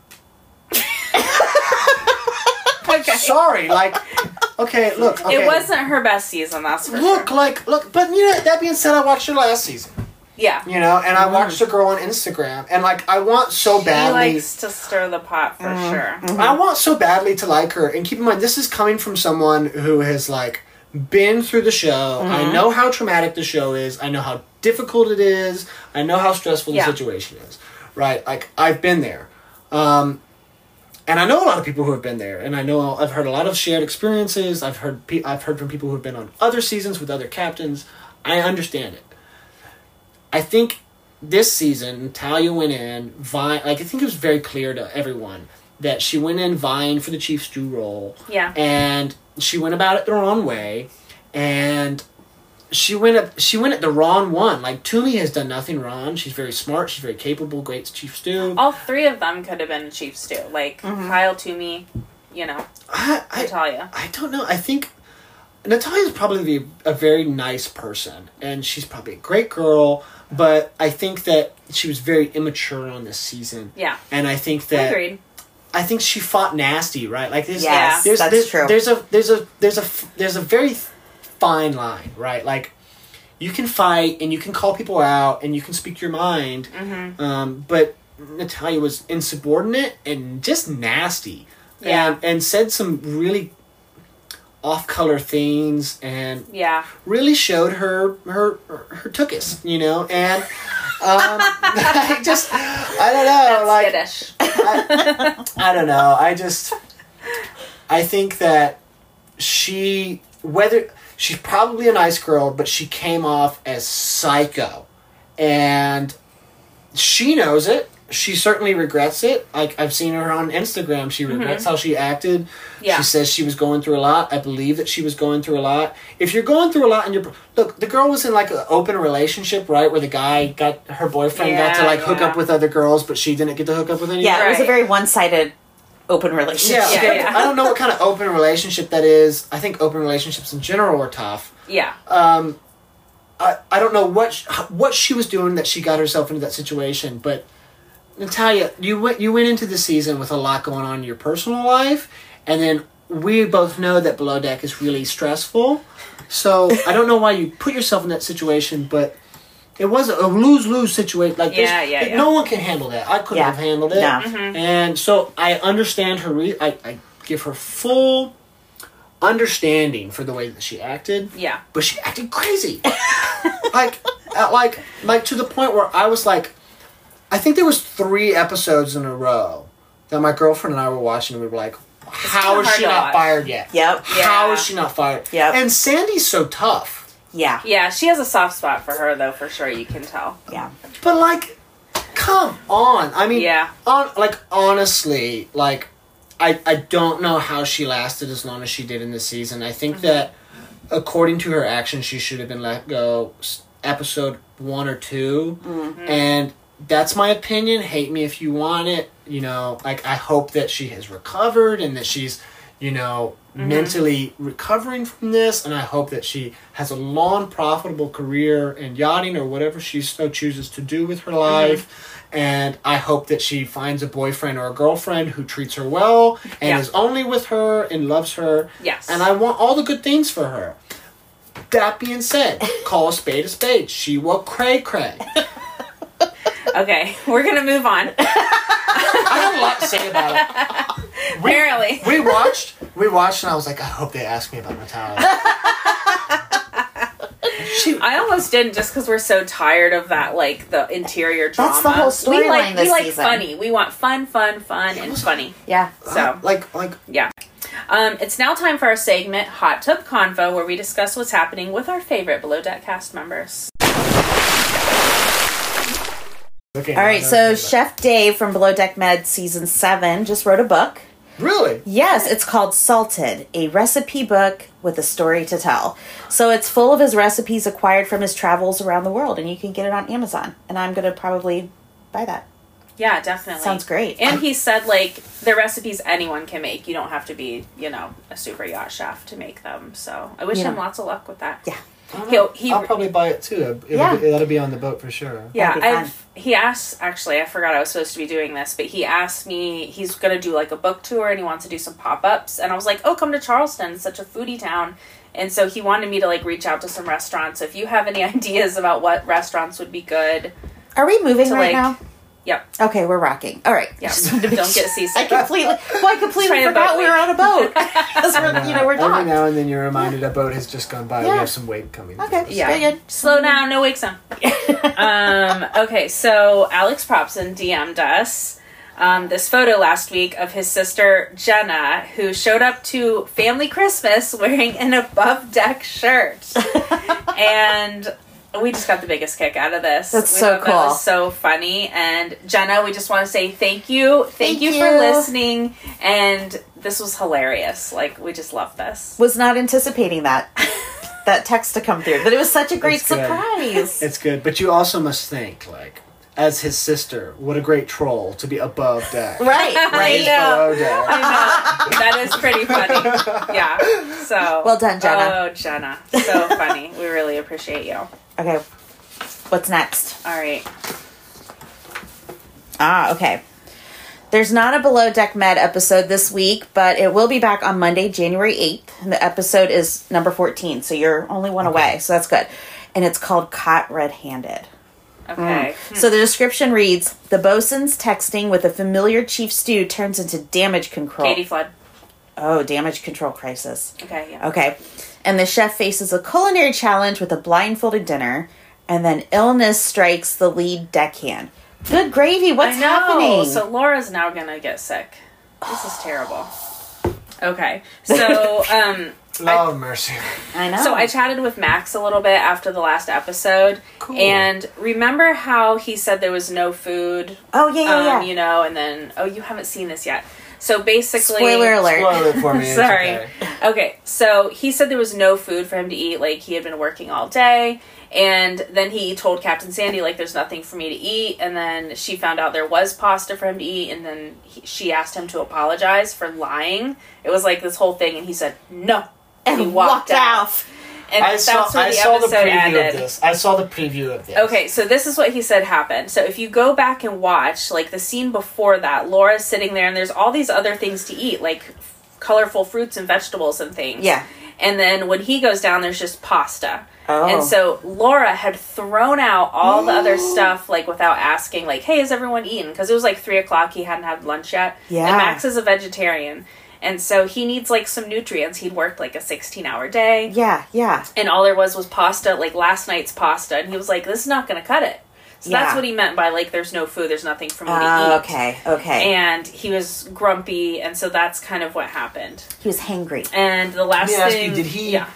[SPEAKER 5] (laughs)
[SPEAKER 7] Sorry. Like. Okay. Look. Okay.
[SPEAKER 5] It wasn't her best season, that's for
[SPEAKER 7] Look. Like. Look. But you know. That being said, I watched her last season.
[SPEAKER 5] Yeah.
[SPEAKER 7] You know, and I watched the girl on Instagram, and like I want so
[SPEAKER 5] Mm-hmm. She
[SPEAKER 7] badly.
[SPEAKER 5] likes to stir the pot for sure.
[SPEAKER 7] I want so badly to like her, and keep in mind this is coming from someone who has like been through the show. I
[SPEAKER 5] Mhm.
[SPEAKER 7] know how traumatic the show is. I know how difficult it is. I know how stressful
[SPEAKER 5] Yeah.
[SPEAKER 7] the situation is. Right? Like I've been there, um, and I know a lot of people who have been there, and I know I've heard a lot of shared experiences. I've heard pe- I've heard from people who have been on other seasons with other captains. I understand it. I think this season, Talia went in, vying, like, I think it was very clear to everyone that she went in vying for the Chief Stew role.
[SPEAKER 5] Yeah.
[SPEAKER 7] And she went about it the wrong way. And she went up she went at the wrong one. Like Toomey has done nothing wrong. She's very smart, she's very capable, great Chief Stew.
[SPEAKER 5] All three of them could have been Chiefs too. Like Kyle Toomey, you know, Natalia.
[SPEAKER 7] I don't know. I think Natalia's probably a very nice person, and she's probably a great girl. But I think that she was very immature on this season.
[SPEAKER 5] Yeah.
[SPEAKER 7] and I think that
[SPEAKER 5] Agreed.
[SPEAKER 7] I think she fought nasty, right? Like there's,
[SPEAKER 5] Yes,
[SPEAKER 7] there's,
[SPEAKER 5] that's
[SPEAKER 7] there's,
[SPEAKER 5] true.
[SPEAKER 7] There's a there's a there's a f- there's a very fine line, right? Like you can fight and you can call people out and you can speak your mind,
[SPEAKER 5] Mhm.
[SPEAKER 7] um, but Natalia was insubordinate and just nasty,
[SPEAKER 5] Yeah.
[SPEAKER 7] and, and said some really off color things and
[SPEAKER 5] Yeah.
[SPEAKER 7] really showed her her her tookus, you know, and um, (laughs) I just I don't know,
[SPEAKER 5] That's
[SPEAKER 7] like
[SPEAKER 5] skittish.
[SPEAKER 7] I don't know. I just I think that she whether she's probably a nice girl, but she came off as psycho. And she knows it. She certainly regrets it. Like I've seen her on Instagram, she
[SPEAKER 6] Mm-hmm.
[SPEAKER 7] regrets
[SPEAKER 5] Mhm.
[SPEAKER 7] how she acted.
[SPEAKER 5] Yeah.
[SPEAKER 7] She says she was going through a lot. I believe that she was going through a lot. If you're going through a lot and you're look, the girl was in like an open relationship, right, where the guy got her boyfriend got to
[SPEAKER 6] Yeah,
[SPEAKER 7] like hook
[SPEAKER 6] yeah.
[SPEAKER 7] up with other girls, but she didn't get to hook up with anyone.
[SPEAKER 6] Yeah, it was a very one-sided open relationship.
[SPEAKER 7] Yeah, I don't know what kind of open relationship that is. I think open relationships in general are tough.
[SPEAKER 5] Yeah.
[SPEAKER 7] Um, I I don't know what sh- what she was doing that she got herself into that situation, but Natalia, you went you went into the season with a lot going on in your personal life, and then we both know that below deck is really stressful. So I don't know why you put yourself in that situation, but it was a lose lose situation. Like
[SPEAKER 5] Yeah,
[SPEAKER 7] there's-
[SPEAKER 5] yeah, yeah.
[SPEAKER 7] no one can handle that. I couldn't
[SPEAKER 5] Yeah.
[SPEAKER 7] have handled it.
[SPEAKER 5] No. Mhm.
[SPEAKER 7] And so I understand her. Re- I, I give her full understanding for the way that she acted.
[SPEAKER 5] Yeah.
[SPEAKER 7] But she acted crazy. like, uh, like, like to the point where I was like, I think there was three episodes in a row that my girlfriend and I were watching, and we were like, "How is
[SPEAKER 5] hard
[SPEAKER 7] she
[SPEAKER 5] to
[SPEAKER 7] not
[SPEAKER 5] watch.
[SPEAKER 7] fired yet?
[SPEAKER 6] Yep.
[SPEAKER 7] How is she not fired?
[SPEAKER 6] Yep.
[SPEAKER 7] And Sandy's so tough.
[SPEAKER 6] Yeah.
[SPEAKER 5] Yeah, she has a soft spot for her though, for sure. You can tell.
[SPEAKER 6] Yeah.
[SPEAKER 7] But like, come on. I mean, yeah. On like honestly, like I I don't know how she lasted as long as she did in this season. I think that according to her actions, she should have been let go s- episode one or 2
[SPEAKER 5] Mhm.
[SPEAKER 7] and that's my opinion. Hate me if you want it. You know, like I hope that she has recovered and that she's, you know,
[SPEAKER 5] Mm-hmm.
[SPEAKER 3] Mhm.
[SPEAKER 7] mentally recovering from this, and I hope that she has a long, profitable career in yachting or whatever she so chooses to do with her
[SPEAKER 5] Mm-hmm.
[SPEAKER 7] life. And I hope that she finds a boyfriend or a girlfriend who treats her well and
[SPEAKER 5] Yeah.
[SPEAKER 7] is only with her and loves her.
[SPEAKER 5] Yes.
[SPEAKER 7] And I want all the good things for her. That being said, call a spade a spade. She will cray cray.
[SPEAKER 5] Okay, (laughs) we're gonna move
[SPEAKER 6] (laughs)
[SPEAKER 5] on.
[SPEAKER 7] I have a lot to say about it.
[SPEAKER 5] Apparently.
[SPEAKER 7] We watched, we watched, and I was like, I hope they ask me about Natalia.
[SPEAKER 5] I almost didn't just because we're so tired of that, like the interior drama.
[SPEAKER 6] That's the whole
[SPEAKER 5] We like,
[SPEAKER 6] storyline
[SPEAKER 5] we
[SPEAKER 6] this
[SPEAKER 5] like
[SPEAKER 6] season.
[SPEAKER 5] funny. We want fun, fun, fun, and funny.
[SPEAKER 6] Yeah.
[SPEAKER 5] So
[SPEAKER 7] like like
[SPEAKER 5] yeah. Um, it's now time for our segment Hot Tub Convo, where we discuss what's happening with our favorite Below Deck cast members.
[SPEAKER 7] Okay,
[SPEAKER 6] All right, so Chef Dave from Below Deck Med Season 7 just wrote a book.
[SPEAKER 7] Really?
[SPEAKER 6] Yes, it's called Salted, a recipe book with a story to tell. So it's full of his recipes acquired from his travels around the world, and you can get it on Amazon. And I'm going to probably buy that.
[SPEAKER 5] Yeah, definitely.
[SPEAKER 6] Sounds great.
[SPEAKER 5] And he said, like, the recipes anyone can make. You don't have to be, you know, a super yacht chef to make them. So I wish
[SPEAKER 7] Yeah.
[SPEAKER 5] him lots of luck with that. Yeah.
[SPEAKER 7] He'll,
[SPEAKER 5] He'll, he
[SPEAKER 7] I'll probably buy it too. It'll
[SPEAKER 5] Yeah.
[SPEAKER 7] be, that'll be on the boat for sure.
[SPEAKER 5] Yeah, I've, he asked. Actually, I forgot I was supposed to be doing this, but he asked me. He's gonna do like a book tour, and he wants to do some pop ups. And I was like, "Oh, come to Charleston, it's such a foodie town." And so he wanted me to like reach out to some restaurants. If you have any (laughs) ideas about what restaurants would be good,
[SPEAKER 6] Are we moving
[SPEAKER 5] To, like,
[SPEAKER 6] right now?
[SPEAKER 5] Yep.
[SPEAKER 6] Okay, we're rocking. All right.
[SPEAKER 5] Yeah.
[SPEAKER 6] (laughs) Just wanted to make
[SPEAKER 5] Don't get
[SPEAKER 6] sure.
[SPEAKER 5] seasick.
[SPEAKER 6] I completely, well, I completely
[SPEAKER 5] Try a
[SPEAKER 6] forgot
[SPEAKER 5] boat
[SPEAKER 6] we were on a boat. 'Cause we're, you know, we're
[SPEAKER 7] Every
[SPEAKER 6] not.
[SPEAKER 7] now and then you're reminded a boat has just gone by. We
[SPEAKER 5] Yeah.
[SPEAKER 7] have some wake coming.
[SPEAKER 6] Okay,
[SPEAKER 5] yeah, slow down, no wakes
[SPEAKER 6] (laughs)
[SPEAKER 5] on. um, okay, so Alex Propson DM'd us um, this photo last week of his sister Jenna, who showed up to family Christmas wearing an above deck
[SPEAKER 6] (laughs)
[SPEAKER 5] shirt, and we just got the biggest kick out of this.
[SPEAKER 6] That's
[SPEAKER 5] We
[SPEAKER 6] so
[SPEAKER 5] thought That
[SPEAKER 6] cool.
[SPEAKER 5] was so funny, and Jenna, we just want to say thank you, thank,
[SPEAKER 6] Thank
[SPEAKER 5] you, for
[SPEAKER 6] you.
[SPEAKER 5] listening, and this was hilarious. Like we just love this.
[SPEAKER 6] Was not anticipating that, (laughs) that text to come through, but it was such a great
[SPEAKER 7] It's good.
[SPEAKER 6] surprise.
[SPEAKER 7] It's good, but you also must think like. As his sister, what a great troll to be above deck.
[SPEAKER 6] Right, right.
[SPEAKER 7] He's below deck.
[SPEAKER 5] I know. That is pretty funny. Yeah. So
[SPEAKER 6] Well done, Jenna.
[SPEAKER 5] Oh, Jenna, so funny. We really appreciate you. All
[SPEAKER 6] Okay. What's next?
[SPEAKER 5] right.
[SPEAKER 6] Ah, okay. There's not a Below Deck Med episode this week, but it will be back on Monday, January 8th. And the episode is number 14, so you're only one away, so that's good. And it's called Caught Red Handed.
[SPEAKER 5] Okay. Hmm.
[SPEAKER 6] So the description reads The bosun's texting with a familiar chief stew turns into damage control.
[SPEAKER 5] Katie Flood.
[SPEAKER 6] Oh, damage control crisis.
[SPEAKER 5] Okay. Yeah.
[SPEAKER 6] Okay. And the chef faces a culinary challenge with a blindfolded dinner, and then illness strikes the lead deckhand. Good gravy, what's
[SPEAKER 5] I know.
[SPEAKER 6] happening?
[SPEAKER 5] So Laura's now gonna get sick. This is terrible. Okay.
[SPEAKER 6] (laughs)
[SPEAKER 5] So um.
[SPEAKER 7] Lord mercy.
[SPEAKER 6] I
[SPEAKER 5] So I chatted with Max a little bit after the last episode.
[SPEAKER 7] Cool.
[SPEAKER 5] And remember how he said there was no food? Um,
[SPEAKER 6] Oh, yeah, yeah, yeah.
[SPEAKER 5] You know, and then, oh, you haven't seen this yet. So basically.
[SPEAKER 6] Spoiler alert. Spoil
[SPEAKER 5] (laughs)
[SPEAKER 6] it for me, it's
[SPEAKER 5] Sorry.
[SPEAKER 6] okay.
[SPEAKER 5] okay, so he said there was no food for him to eat. Like, he had been working all day. And then he told Captain Sandy, like, there's nothing for me to eat. And then she found out there was pasta for him to eat. And then he, she asked him to apologize for lying. It was like this whole thing. And he said, no. And he walked,
[SPEAKER 6] walked
[SPEAKER 5] out. And
[SPEAKER 7] I
[SPEAKER 5] that's
[SPEAKER 7] saw,
[SPEAKER 5] where
[SPEAKER 7] I
[SPEAKER 5] the
[SPEAKER 7] saw the
[SPEAKER 5] episode
[SPEAKER 7] preview
[SPEAKER 5] ended.
[SPEAKER 7] of this. I saw the preview of this.
[SPEAKER 5] Okay, so this is what he said happened. So if you go back and watch, like the scene before that, Laura's sitting there and there's all these other things to eat, like colorful fruits and vegetables and things.
[SPEAKER 6] Yeah.
[SPEAKER 5] And then when he goes down, there's just pasta.
[SPEAKER 6] Oh.
[SPEAKER 5] And so Laura had thrown out all the
[SPEAKER 7] (gasps)
[SPEAKER 5] other stuff, like without asking, like, "Hey, is everyone eaten?" Because it was like three o'clock. He hadn't had lunch yet.
[SPEAKER 6] Yeah.
[SPEAKER 5] And Max is a vegetarian, and so he needs like some nutrients. He'd worked like a sixteen-hour day.
[SPEAKER 6] Yeah, yeah.
[SPEAKER 5] And all there was was pasta, like last night's pasta, and he was like, "This is not going to cut it." So that's
[SPEAKER 6] Yeah.
[SPEAKER 5] what he meant by like, "There's no food. There's nothing for me to
[SPEAKER 6] Ah,
[SPEAKER 5] eat."
[SPEAKER 6] okay, okay.
[SPEAKER 5] And he was grumpy, and so that's kind of what happened.
[SPEAKER 6] he was hangry.
[SPEAKER 5] And the last
[SPEAKER 7] Let me ask you,
[SPEAKER 5] thing,
[SPEAKER 7] did he
[SPEAKER 5] Yeah.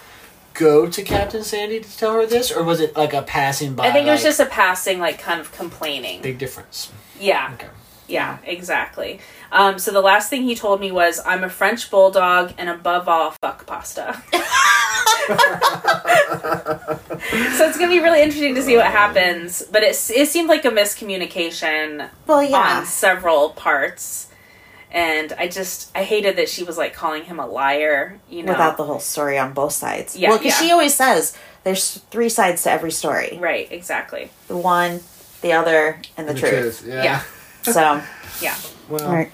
[SPEAKER 7] go to Captain Sandy to tell her this, or was it like a passing by?
[SPEAKER 5] I think it was
[SPEAKER 7] like,
[SPEAKER 5] just a passing, like kind of complaining.
[SPEAKER 7] big difference.
[SPEAKER 5] Yeah. Yeah, exactly. Um, so the last thing he told me was, I'm a French bulldog and above all, fuck pasta. (laughs) so it's going to be really interesting to see what happens. But it, it seemed like a miscommunication
[SPEAKER 6] well, yeah.
[SPEAKER 5] on several parts. And I just, I hated that she was like calling him a liar, you know.
[SPEAKER 6] Without the whole story on both sides.
[SPEAKER 5] Yeah,
[SPEAKER 6] well, because
[SPEAKER 5] yeah.
[SPEAKER 6] she always says there's three sides to every story.
[SPEAKER 5] Right, exactly.
[SPEAKER 6] The one, the other, and the,
[SPEAKER 7] The
[SPEAKER 6] truth.
[SPEAKER 7] truth, yeah. Yeah.
[SPEAKER 6] so,
[SPEAKER 5] yeah.
[SPEAKER 7] Well,
[SPEAKER 6] all right.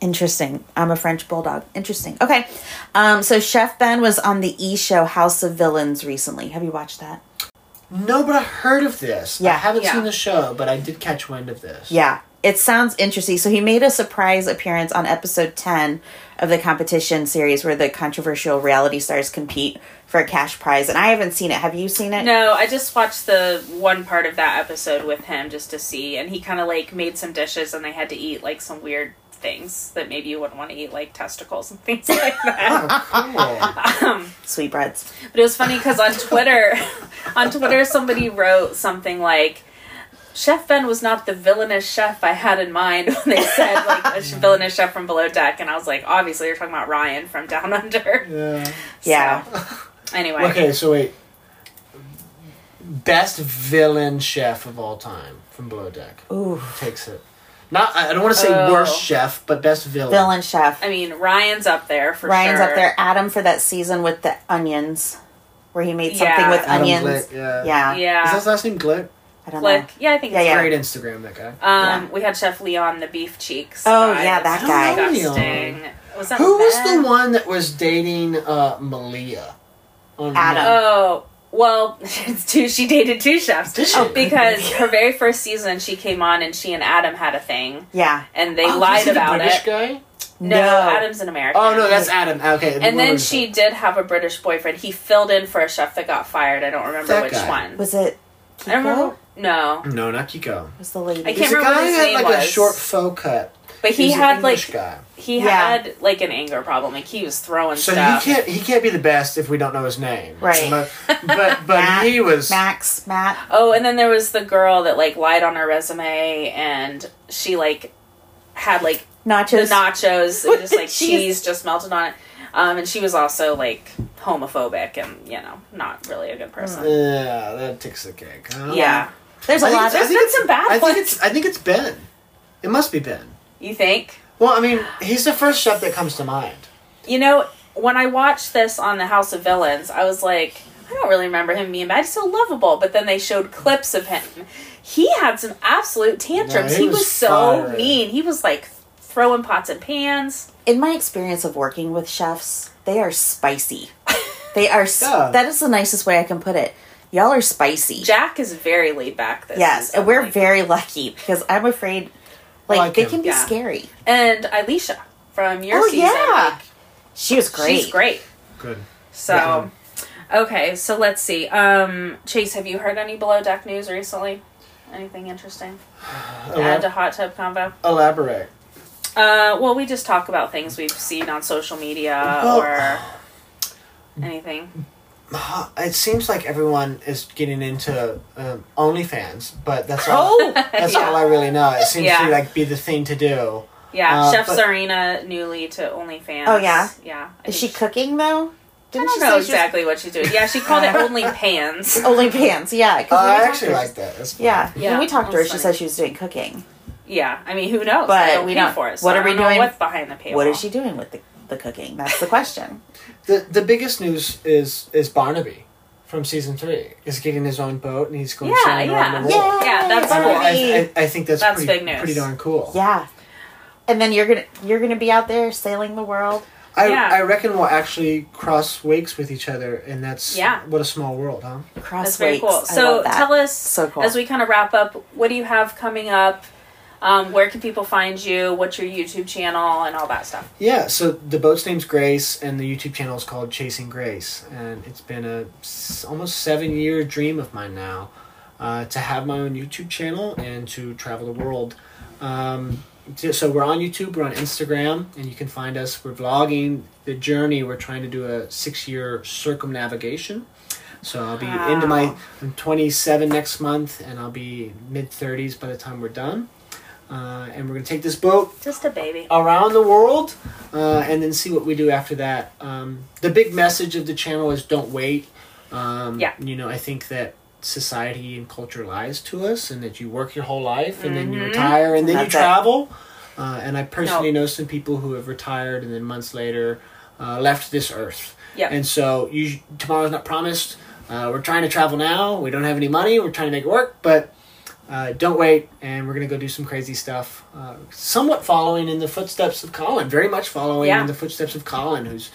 [SPEAKER 6] Interesting. I'm a French bulldog. Interesting. Okay. Um, so Chef Ben was on the E show House of Villains recently. Have you watched that?
[SPEAKER 7] No, but I heard of this.
[SPEAKER 6] Yeah.
[SPEAKER 7] I haven't
[SPEAKER 6] Yeah.
[SPEAKER 7] seen the show, but I did catch wind of this.
[SPEAKER 6] Yeah, it sounds interesting. So he made a surprise appearance on episode 10 of the competition series where the controversial reality stars compete for a cash prize. And I haven't seen it. Have you seen it?
[SPEAKER 5] No, I just watched the one part of that episode with him just to see, and he kind of like made some dishes, and they had to eat like some weird things that maybe you wouldn't want to eat, like testicles and (laughs) things like that.
[SPEAKER 6] Sweetbreads.
[SPEAKER 5] But it was funny because on Twitter, (laughs) on Twitter, somebody wrote something like. Chef Ben was not the villainous chef I had in mind when they said like
[SPEAKER 6] (laughs)
[SPEAKER 5] a sh- villainous chef from Below Deck, and I was like, obviously you're talking about Ryan from Down Under.
[SPEAKER 7] Yeah.
[SPEAKER 6] Yeah.
[SPEAKER 5] Anyway,
[SPEAKER 7] Okay, so wait. Best villain chef of all time from Below Deck.
[SPEAKER 6] Ooh.
[SPEAKER 7] Takes it. Not I I don't want to say
[SPEAKER 5] Oh.
[SPEAKER 7] worst chef, but best villain.
[SPEAKER 6] Villain chef.
[SPEAKER 5] I mean Ryan's up there for
[SPEAKER 6] Ryan's
[SPEAKER 5] sure.
[SPEAKER 6] up there. Adam for that season with the onions where he made something
[SPEAKER 5] Yeah.
[SPEAKER 6] with
[SPEAKER 7] Adam
[SPEAKER 6] onions.
[SPEAKER 7] Glick, yeah.
[SPEAKER 6] Yeah.
[SPEAKER 5] Yeah.
[SPEAKER 7] Is that his last name Glick?
[SPEAKER 6] I don't
[SPEAKER 5] Glick. Yeah, I think it's
[SPEAKER 7] Great Instagram that guy.
[SPEAKER 5] Um, we had Chef Leon the beef cheeks.
[SPEAKER 6] Oh,
[SPEAKER 5] guy.
[SPEAKER 6] yeah, that
[SPEAKER 5] That's
[SPEAKER 6] guy.
[SPEAKER 7] Oh,
[SPEAKER 5] Disgusting.
[SPEAKER 7] Leon.
[SPEAKER 5] Was that
[SPEAKER 7] Who was
[SPEAKER 5] Ben?
[SPEAKER 7] the one that was dating uh, Malia? On
[SPEAKER 6] Adam.
[SPEAKER 5] Oh. Well, (laughs) it's two. She dated two chefs Oh,
[SPEAKER 7] Did she? (laughs)
[SPEAKER 5] because her very first season she came on and she and Adam had a thing,
[SPEAKER 6] Yeah.
[SPEAKER 5] and they
[SPEAKER 7] Oh, was
[SPEAKER 5] lied
[SPEAKER 7] he the
[SPEAKER 5] about
[SPEAKER 7] British
[SPEAKER 5] it.
[SPEAKER 7] guy?
[SPEAKER 5] No,
[SPEAKER 6] No.
[SPEAKER 5] Adam's an American.
[SPEAKER 7] Oh no, that's Adam. Okay.
[SPEAKER 5] And
[SPEAKER 7] what
[SPEAKER 5] then
[SPEAKER 7] was
[SPEAKER 5] she
[SPEAKER 7] it?
[SPEAKER 5] did have a British boyfriend. He filled in for a chef that got fired. I don't remember
[SPEAKER 7] That
[SPEAKER 5] which
[SPEAKER 7] guy.
[SPEAKER 5] one.
[SPEAKER 6] Was it
[SPEAKER 5] I don't remember.
[SPEAKER 6] Kiko?
[SPEAKER 5] No,
[SPEAKER 7] No, not Kiko.
[SPEAKER 6] Was the lady?
[SPEAKER 5] I
[SPEAKER 7] He's
[SPEAKER 5] can't
[SPEAKER 7] the
[SPEAKER 5] remember
[SPEAKER 7] guy
[SPEAKER 5] what his
[SPEAKER 7] who had
[SPEAKER 5] name
[SPEAKER 7] like
[SPEAKER 5] was.
[SPEAKER 7] a short faux cut.
[SPEAKER 5] but he
[SPEAKER 7] He's an
[SPEAKER 5] had
[SPEAKER 7] English
[SPEAKER 5] like
[SPEAKER 7] guy.
[SPEAKER 5] he
[SPEAKER 6] Yeah.
[SPEAKER 5] had like an anger problem. Like he was throwing
[SPEAKER 7] So
[SPEAKER 5] stuff.
[SPEAKER 7] he can't he can't be the best if we don't know his name.
[SPEAKER 6] Right.
[SPEAKER 7] But
[SPEAKER 6] (laughs)
[SPEAKER 7] but, but
[SPEAKER 6] Matt,
[SPEAKER 7] he was
[SPEAKER 6] Max, Matt.
[SPEAKER 5] Oh, and then there was the girl that like lied on her resume, and she like had like
[SPEAKER 6] Nachos.
[SPEAKER 5] the nachos, and just like
[SPEAKER 6] Jeez.
[SPEAKER 5] cheese just melted on it. Um, and she was also like homophobic, and you know, not really a good person.
[SPEAKER 7] Yeah, uh, that takes the cake. huh?
[SPEAKER 5] Yeah,
[SPEAKER 6] There's
[SPEAKER 7] I
[SPEAKER 6] a
[SPEAKER 7] think
[SPEAKER 6] lot
[SPEAKER 7] it's- I
[SPEAKER 6] of.
[SPEAKER 7] think
[SPEAKER 5] been
[SPEAKER 7] it's-
[SPEAKER 5] some bad
[SPEAKER 7] I
[SPEAKER 5] ones.
[SPEAKER 7] think it's I think it's Ben. It must be Ben.
[SPEAKER 5] you think?
[SPEAKER 7] Well, I mean, he's the first chef that comes to mind.
[SPEAKER 5] You know, when I watched this on the House of Villains, I was like, I don't really remember him being bad. He's so lovable. But then they showed clips of him. He had some absolute tantrums.
[SPEAKER 7] Yeah,
[SPEAKER 5] he,
[SPEAKER 7] he
[SPEAKER 5] was,
[SPEAKER 7] was
[SPEAKER 5] so
[SPEAKER 7] fiery.
[SPEAKER 5] mean. He was like throwing pots and pans.
[SPEAKER 6] in my experience of working with chefs, they
[SPEAKER 5] (laughs)
[SPEAKER 6] are spicy. They are. s
[SPEAKER 7] Yeah.
[SPEAKER 6] That is the nicest way I can put it. Y'all are spicy.
[SPEAKER 5] Jack is very laid back this
[SPEAKER 6] yes,
[SPEAKER 5] season.
[SPEAKER 6] and we're very lucky because I'm afraid, like
[SPEAKER 7] Like
[SPEAKER 6] they
[SPEAKER 7] him.
[SPEAKER 6] can be
[SPEAKER 5] Yeah.
[SPEAKER 6] scary.
[SPEAKER 5] and Alicia from your
[SPEAKER 6] Oh,
[SPEAKER 5] season.
[SPEAKER 6] yeah.
[SPEAKER 5] like,
[SPEAKER 6] She was great.
[SPEAKER 5] She's great.
[SPEAKER 7] Good.
[SPEAKER 5] So, okay, so let's see. Um, Chase, have you heard any below deck news recently? Anything interesting?
[SPEAKER 7] Uh-huh.
[SPEAKER 5] to add to hot tub convo.
[SPEAKER 7] Elaborate.
[SPEAKER 5] Uh, well, we just talk about things we've seen on social media
[SPEAKER 6] Oh.
[SPEAKER 7] Well-
[SPEAKER 5] or anything.
[SPEAKER 7] Uh, It seems like everyone is getting into um, OnlyFans, but that's all.
[SPEAKER 6] Oh, (laughs)
[SPEAKER 7] That's all I really know. It seems
[SPEAKER 5] Yeah.
[SPEAKER 7] to like be the thing to do.
[SPEAKER 5] Yeah,
[SPEAKER 7] Uh,
[SPEAKER 5] Chef
[SPEAKER 7] but-
[SPEAKER 5] Serena newly to OnlyFans.
[SPEAKER 6] Oh, yeah?
[SPEAKER 5] yeah. I
[SPEAKER 6] is she
[SPEAKER 5] think
[SPEAKER 6] cooking though?
[SPEAKER 5] I
[SPEAKER 6] Didn't
[SPEAKER 5] don't know
[SPEAKER 6] say she was-
[SPEAKER 5] exactly what she's doing. Yeah, she called it OnlyPans.
[SPEAKER 6] (laughs) Only pants. Yeah. 'cause
[SPEAKER 7] Uh,
[SPEAKER 6] when we
[SPEAKER 7] I
[SPEAKER 6] talked to
[SPEAKER 7] actually
[SPEAKER 6] her-
[SPEAKER 7] like that. That's fun.
[SPEAKER 6] Yeah.
[SPEAKER 5] Yeah,
[SPEAKER 6] When we talked to her,
[SPEAKER 5] that's
[SPEAKER 6] she
[SPEAKER 5] funny.
[SPEAKER 6] said she was doing cooking.
[SPEAKER 5] Yeah, I mean, who knows?
[SPEAKER 6] But
[SPEAKER 5] I don't
[SPEAKER 6] we
[SPEAKER 5] pay
[SPEAKER 6] don't-
[SPEAKER 5] for it.
[SPEAKER 6] what
[SPEAKER 5] so
[SPEAKER 6] are
[SPEAKER 5] I
[SPEAKER 6] we
[SPEAKER 5] don't know
[SPEAKER 6] doing-
[SPEAKER 5] What's behind the paywall?
[SPEAKER 6] What is she doing with the, the cooking? That's the question.
[SPEAKER 7] The the biggest news is is Barnaby from season three is getting his own boat and he's going
[SPEAKER 5] Yeah,
[SPEAKER 7] sailing around the
[SPEAKER 5] yeah.
[SPEAKER 7] world.
[SPEAKER 5] Yeah, that's
[SPEAKER 7] I,
[SPEAKER 5] cool.
[SPEAKER 7] I, I think that's,
[SPEAKER 5] That's
[SPEAKER 7] pretty,
[SPEAKER 5] big news.
[SPEAKER 7] pretty darn cool.
[SPEAKER 6] Yeah. And then you're gonna you're gonna be out there sailing the world.
[SPEAKER 7] I,
[SPEAKER 5] Yeah.
[SPEAKER 7] I reckon we'll actually cross wakes with each other, and that's
[SPEAKER 5] Yeah.
[SPEAKER 7] what a small world, huh?
[SPEAKER 6] Cross
[SPEAKER 5] That's very cool. So tell us,
[SPEAKER 7] cool.
[SPEAKER 5] as we kind of wrap up, what do you have coming up? Um, where can people find you? What's your YouTube channel and all that stuff?
[SPEAKER 7] Yeah, so the boat's name's Grace, and the YouTube channel is called Chasing Grace, and it's been a s- almost seven year dream of mine now uh, to have my own YouTube channel and to travel the world. Um, j- so we're on YouTube, we're on Instagram, and you can find us. We're vlogging the journey. We're trying to do a six year circumnavigation. So I'll be into my I'm 27 next month, and I'll be mid 30s by the time we're done. Uh, and we're gonna take this boat
[SPEAKER 5] Just a baby.
[SPEAKER 7] around the world uh, and then see what we do after that. Um, the big message of the channel is don't wait. Um,
[SPEAKER 5] Yeah.
[SPEAKER 7] You know, I think that society and culture lies to us and that you work your whole life and then you retire and then
[SPEAKER 6] That's it.
[SPEAKER 7] you travel. Uh, and I personally know some people who have retired and then months later uh, left this earth.
[SPEAKER 5] Yep.
[SPEAKER 7] And so you, tomorrow's not promised. Uh, we're trying to travel now. We don't have any money. We're trying to make it work, but uh, don't wait. And we're going to go do some crazy stuff. Uh, somewhat following in the footsteps of Colin, very much following
[SPEAKER 5] Yeah.
[SPEAKER 7] in the footsteps of Colin, who's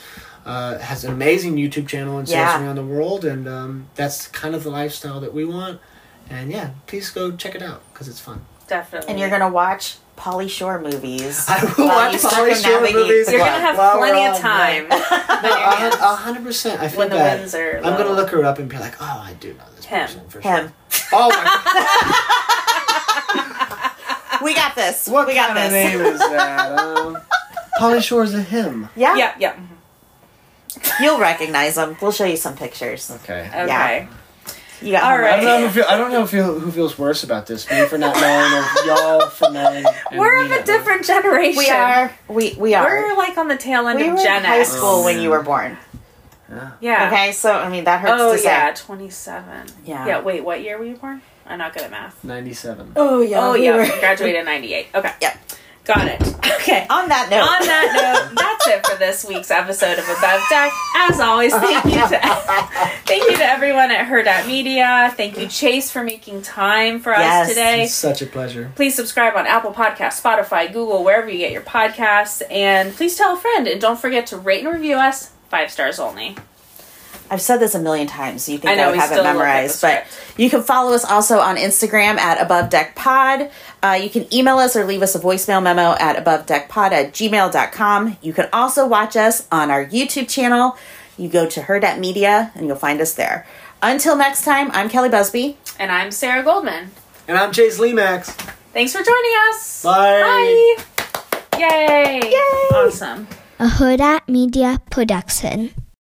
[SPEAKER 7] uh, has an amazing YouTube channel and
[SPEAKER 6] Yeah.
[SPEAKER 7] sales around the world. And um, that's kind of the lifestyle that we want. And yeah, please go check it out because it's fun.
[SPEAKER 5] Definitely.
[SPEAKER 6] And you're gonna watch Polly Shore
[SPEAKER 7] (laughs)
[SPEAKER 6] movies. I
[SPEAKER 7] will watch Pauly Shore movies.
[SPEAKER 5] You're gonna have
[SPEAKER 7] While we're
[SPEAKER 5] plenty of
[SPEAKER 7] on,
[SPEAKER 5] time.
[SPEAKER 6] (laughs)
[SPEAKER 7] No, a hun- a hundred percent. I feel
[SPEAKER 5] When the
[SPEAKER 7] bad.
[SPEAKER 5] winds are
[SPEAKER 7] I'm gonna
[SPEAKER 5] low.
[SPEAKER 7] look her up and be like, oh, I do know this
[SPEAKER 5] Him.
[SPEAKER 7] person for
[SPEAKER 6] Him.
[SPEAKER 7] sure. Oh my!
[SPEAKER 6] (laughs) We got this.
[SPEAKER 7] What
[SPEAKER 6] we got
[SPEAKER 7] kind
[SPEAKER 6] this.
[SPEAKER 7] of name is that?
[SPEAKER 6] (laughs)
[SPEAKER 7] Um, Polly Shore's a him.
[SPEAKER 6] Yeah,
[SPEAKER 5] Yeah, yeah.
[SPEAKER 6] you'll recognize them. We'll show you some pictures.
[SPEAKER 7] Okay.
[SPEAKER 5] Okay.
[SPEAKER 6] Yeah. You got
[SPEAKER 5] All
[SPEAKER 6] homework.
[SPEAKER 7] I don't know who feel, I don't know who, feel, who feels worse about this, me for not knowing, or y'all for knowing. and
[SPEAKER 5] We're of
[SPEAKER 7] me
[SPEAKER 5] a
[SPEAKER 7] not knowing.
[SPEAKER 5] different generation.
[SPEAKER 6] We are. We we are.
[SPEAKER 5] We're like on the tail end
[SPEAKER 6] we
[SPEAKER 5] of
[SPEAKER 6] were
[SPEAKER 5] Gen
[SPEAKER 6] in high
[SPEAKER 5] X.
[SPEAKER 6] school when you were born.
[SPEAKER 5] Yeah.
[SPEAKER 6] Okay, so I mean that hurts
[SPEAKER 5] Oh
[SPEAKER 6] to say.
[SPEAKER 5] yeah, twenty seven.
[SPEAKER 6] Yeah.
[SPEAKER 5] Yeah. Wait, what year were you born? I'm not good at math.
[SPEAKER 7] Ninety-seven.
[SPEAKER 6] Oh yeah.
[SPEAKER 5] Oh
[SPEAKER 6] we
[SPEAKER 5] yeah,
[SPEAKER 6] were-
[SPEAKER 5] graduated in ninety eight.
[SPEAKER 6] (laughs)
[SPEAKER 5] Okay.
[SPEAKER 6] Yep.
[SPEAKER 5] Got it. Okay.
[SPEAKER 6] On that note.
[SPEAKER 5] On that note, that's it for this week's episode of Above Deck. As always, thank you to (laughs) thank you to everyone at Herd at Media. Thank you, Chase, for making time for us
[SPEAKER 6] Yes.
[SPEAKER 5] today.
[SPEAKER 7] It's such a pleasure.
[SPEAKER 5] Please subscribe on Apple Podcasts, Spotify, Google, wherever you get your podcasts, and please tell a friend. And don't forget to rate and review us. Five stars only.
[SPEAKER 6] I've said this a million times, so you think
[SPEAKER 5] I
[SPEAKER 6] I,
[SPEAKER 5] know,
[SPEAKER 6] would
[SPEAKER 5] we
[SPEAKER 6] have
[SPEAKER 5] still
[SPEAKER 6] it
[SPEAKER 5] look at the
[SPEAKER 6] memorized. But you can follow us also on Instagram at Above Deck Pod. Uh, you can email us or leave us a voicemail memo at abovedeckpod at gmail.com. You can also watch us on our YouTube channel. You go to Her Dat Media and you'll find us there. Until next time, I'm Kelly Busby.
[SPEAKER 5] And I'm Sarah Goldman.
[SPEAKER 7] And I'm Chase Lemax.
[SPEAKER 5] Thanks for joining us.
[SPEAKER 7] Bye.
[SPEAKER 5] Bye. Yay. Yay. Awesome.
[SPEAKER 9] a Huda Media production.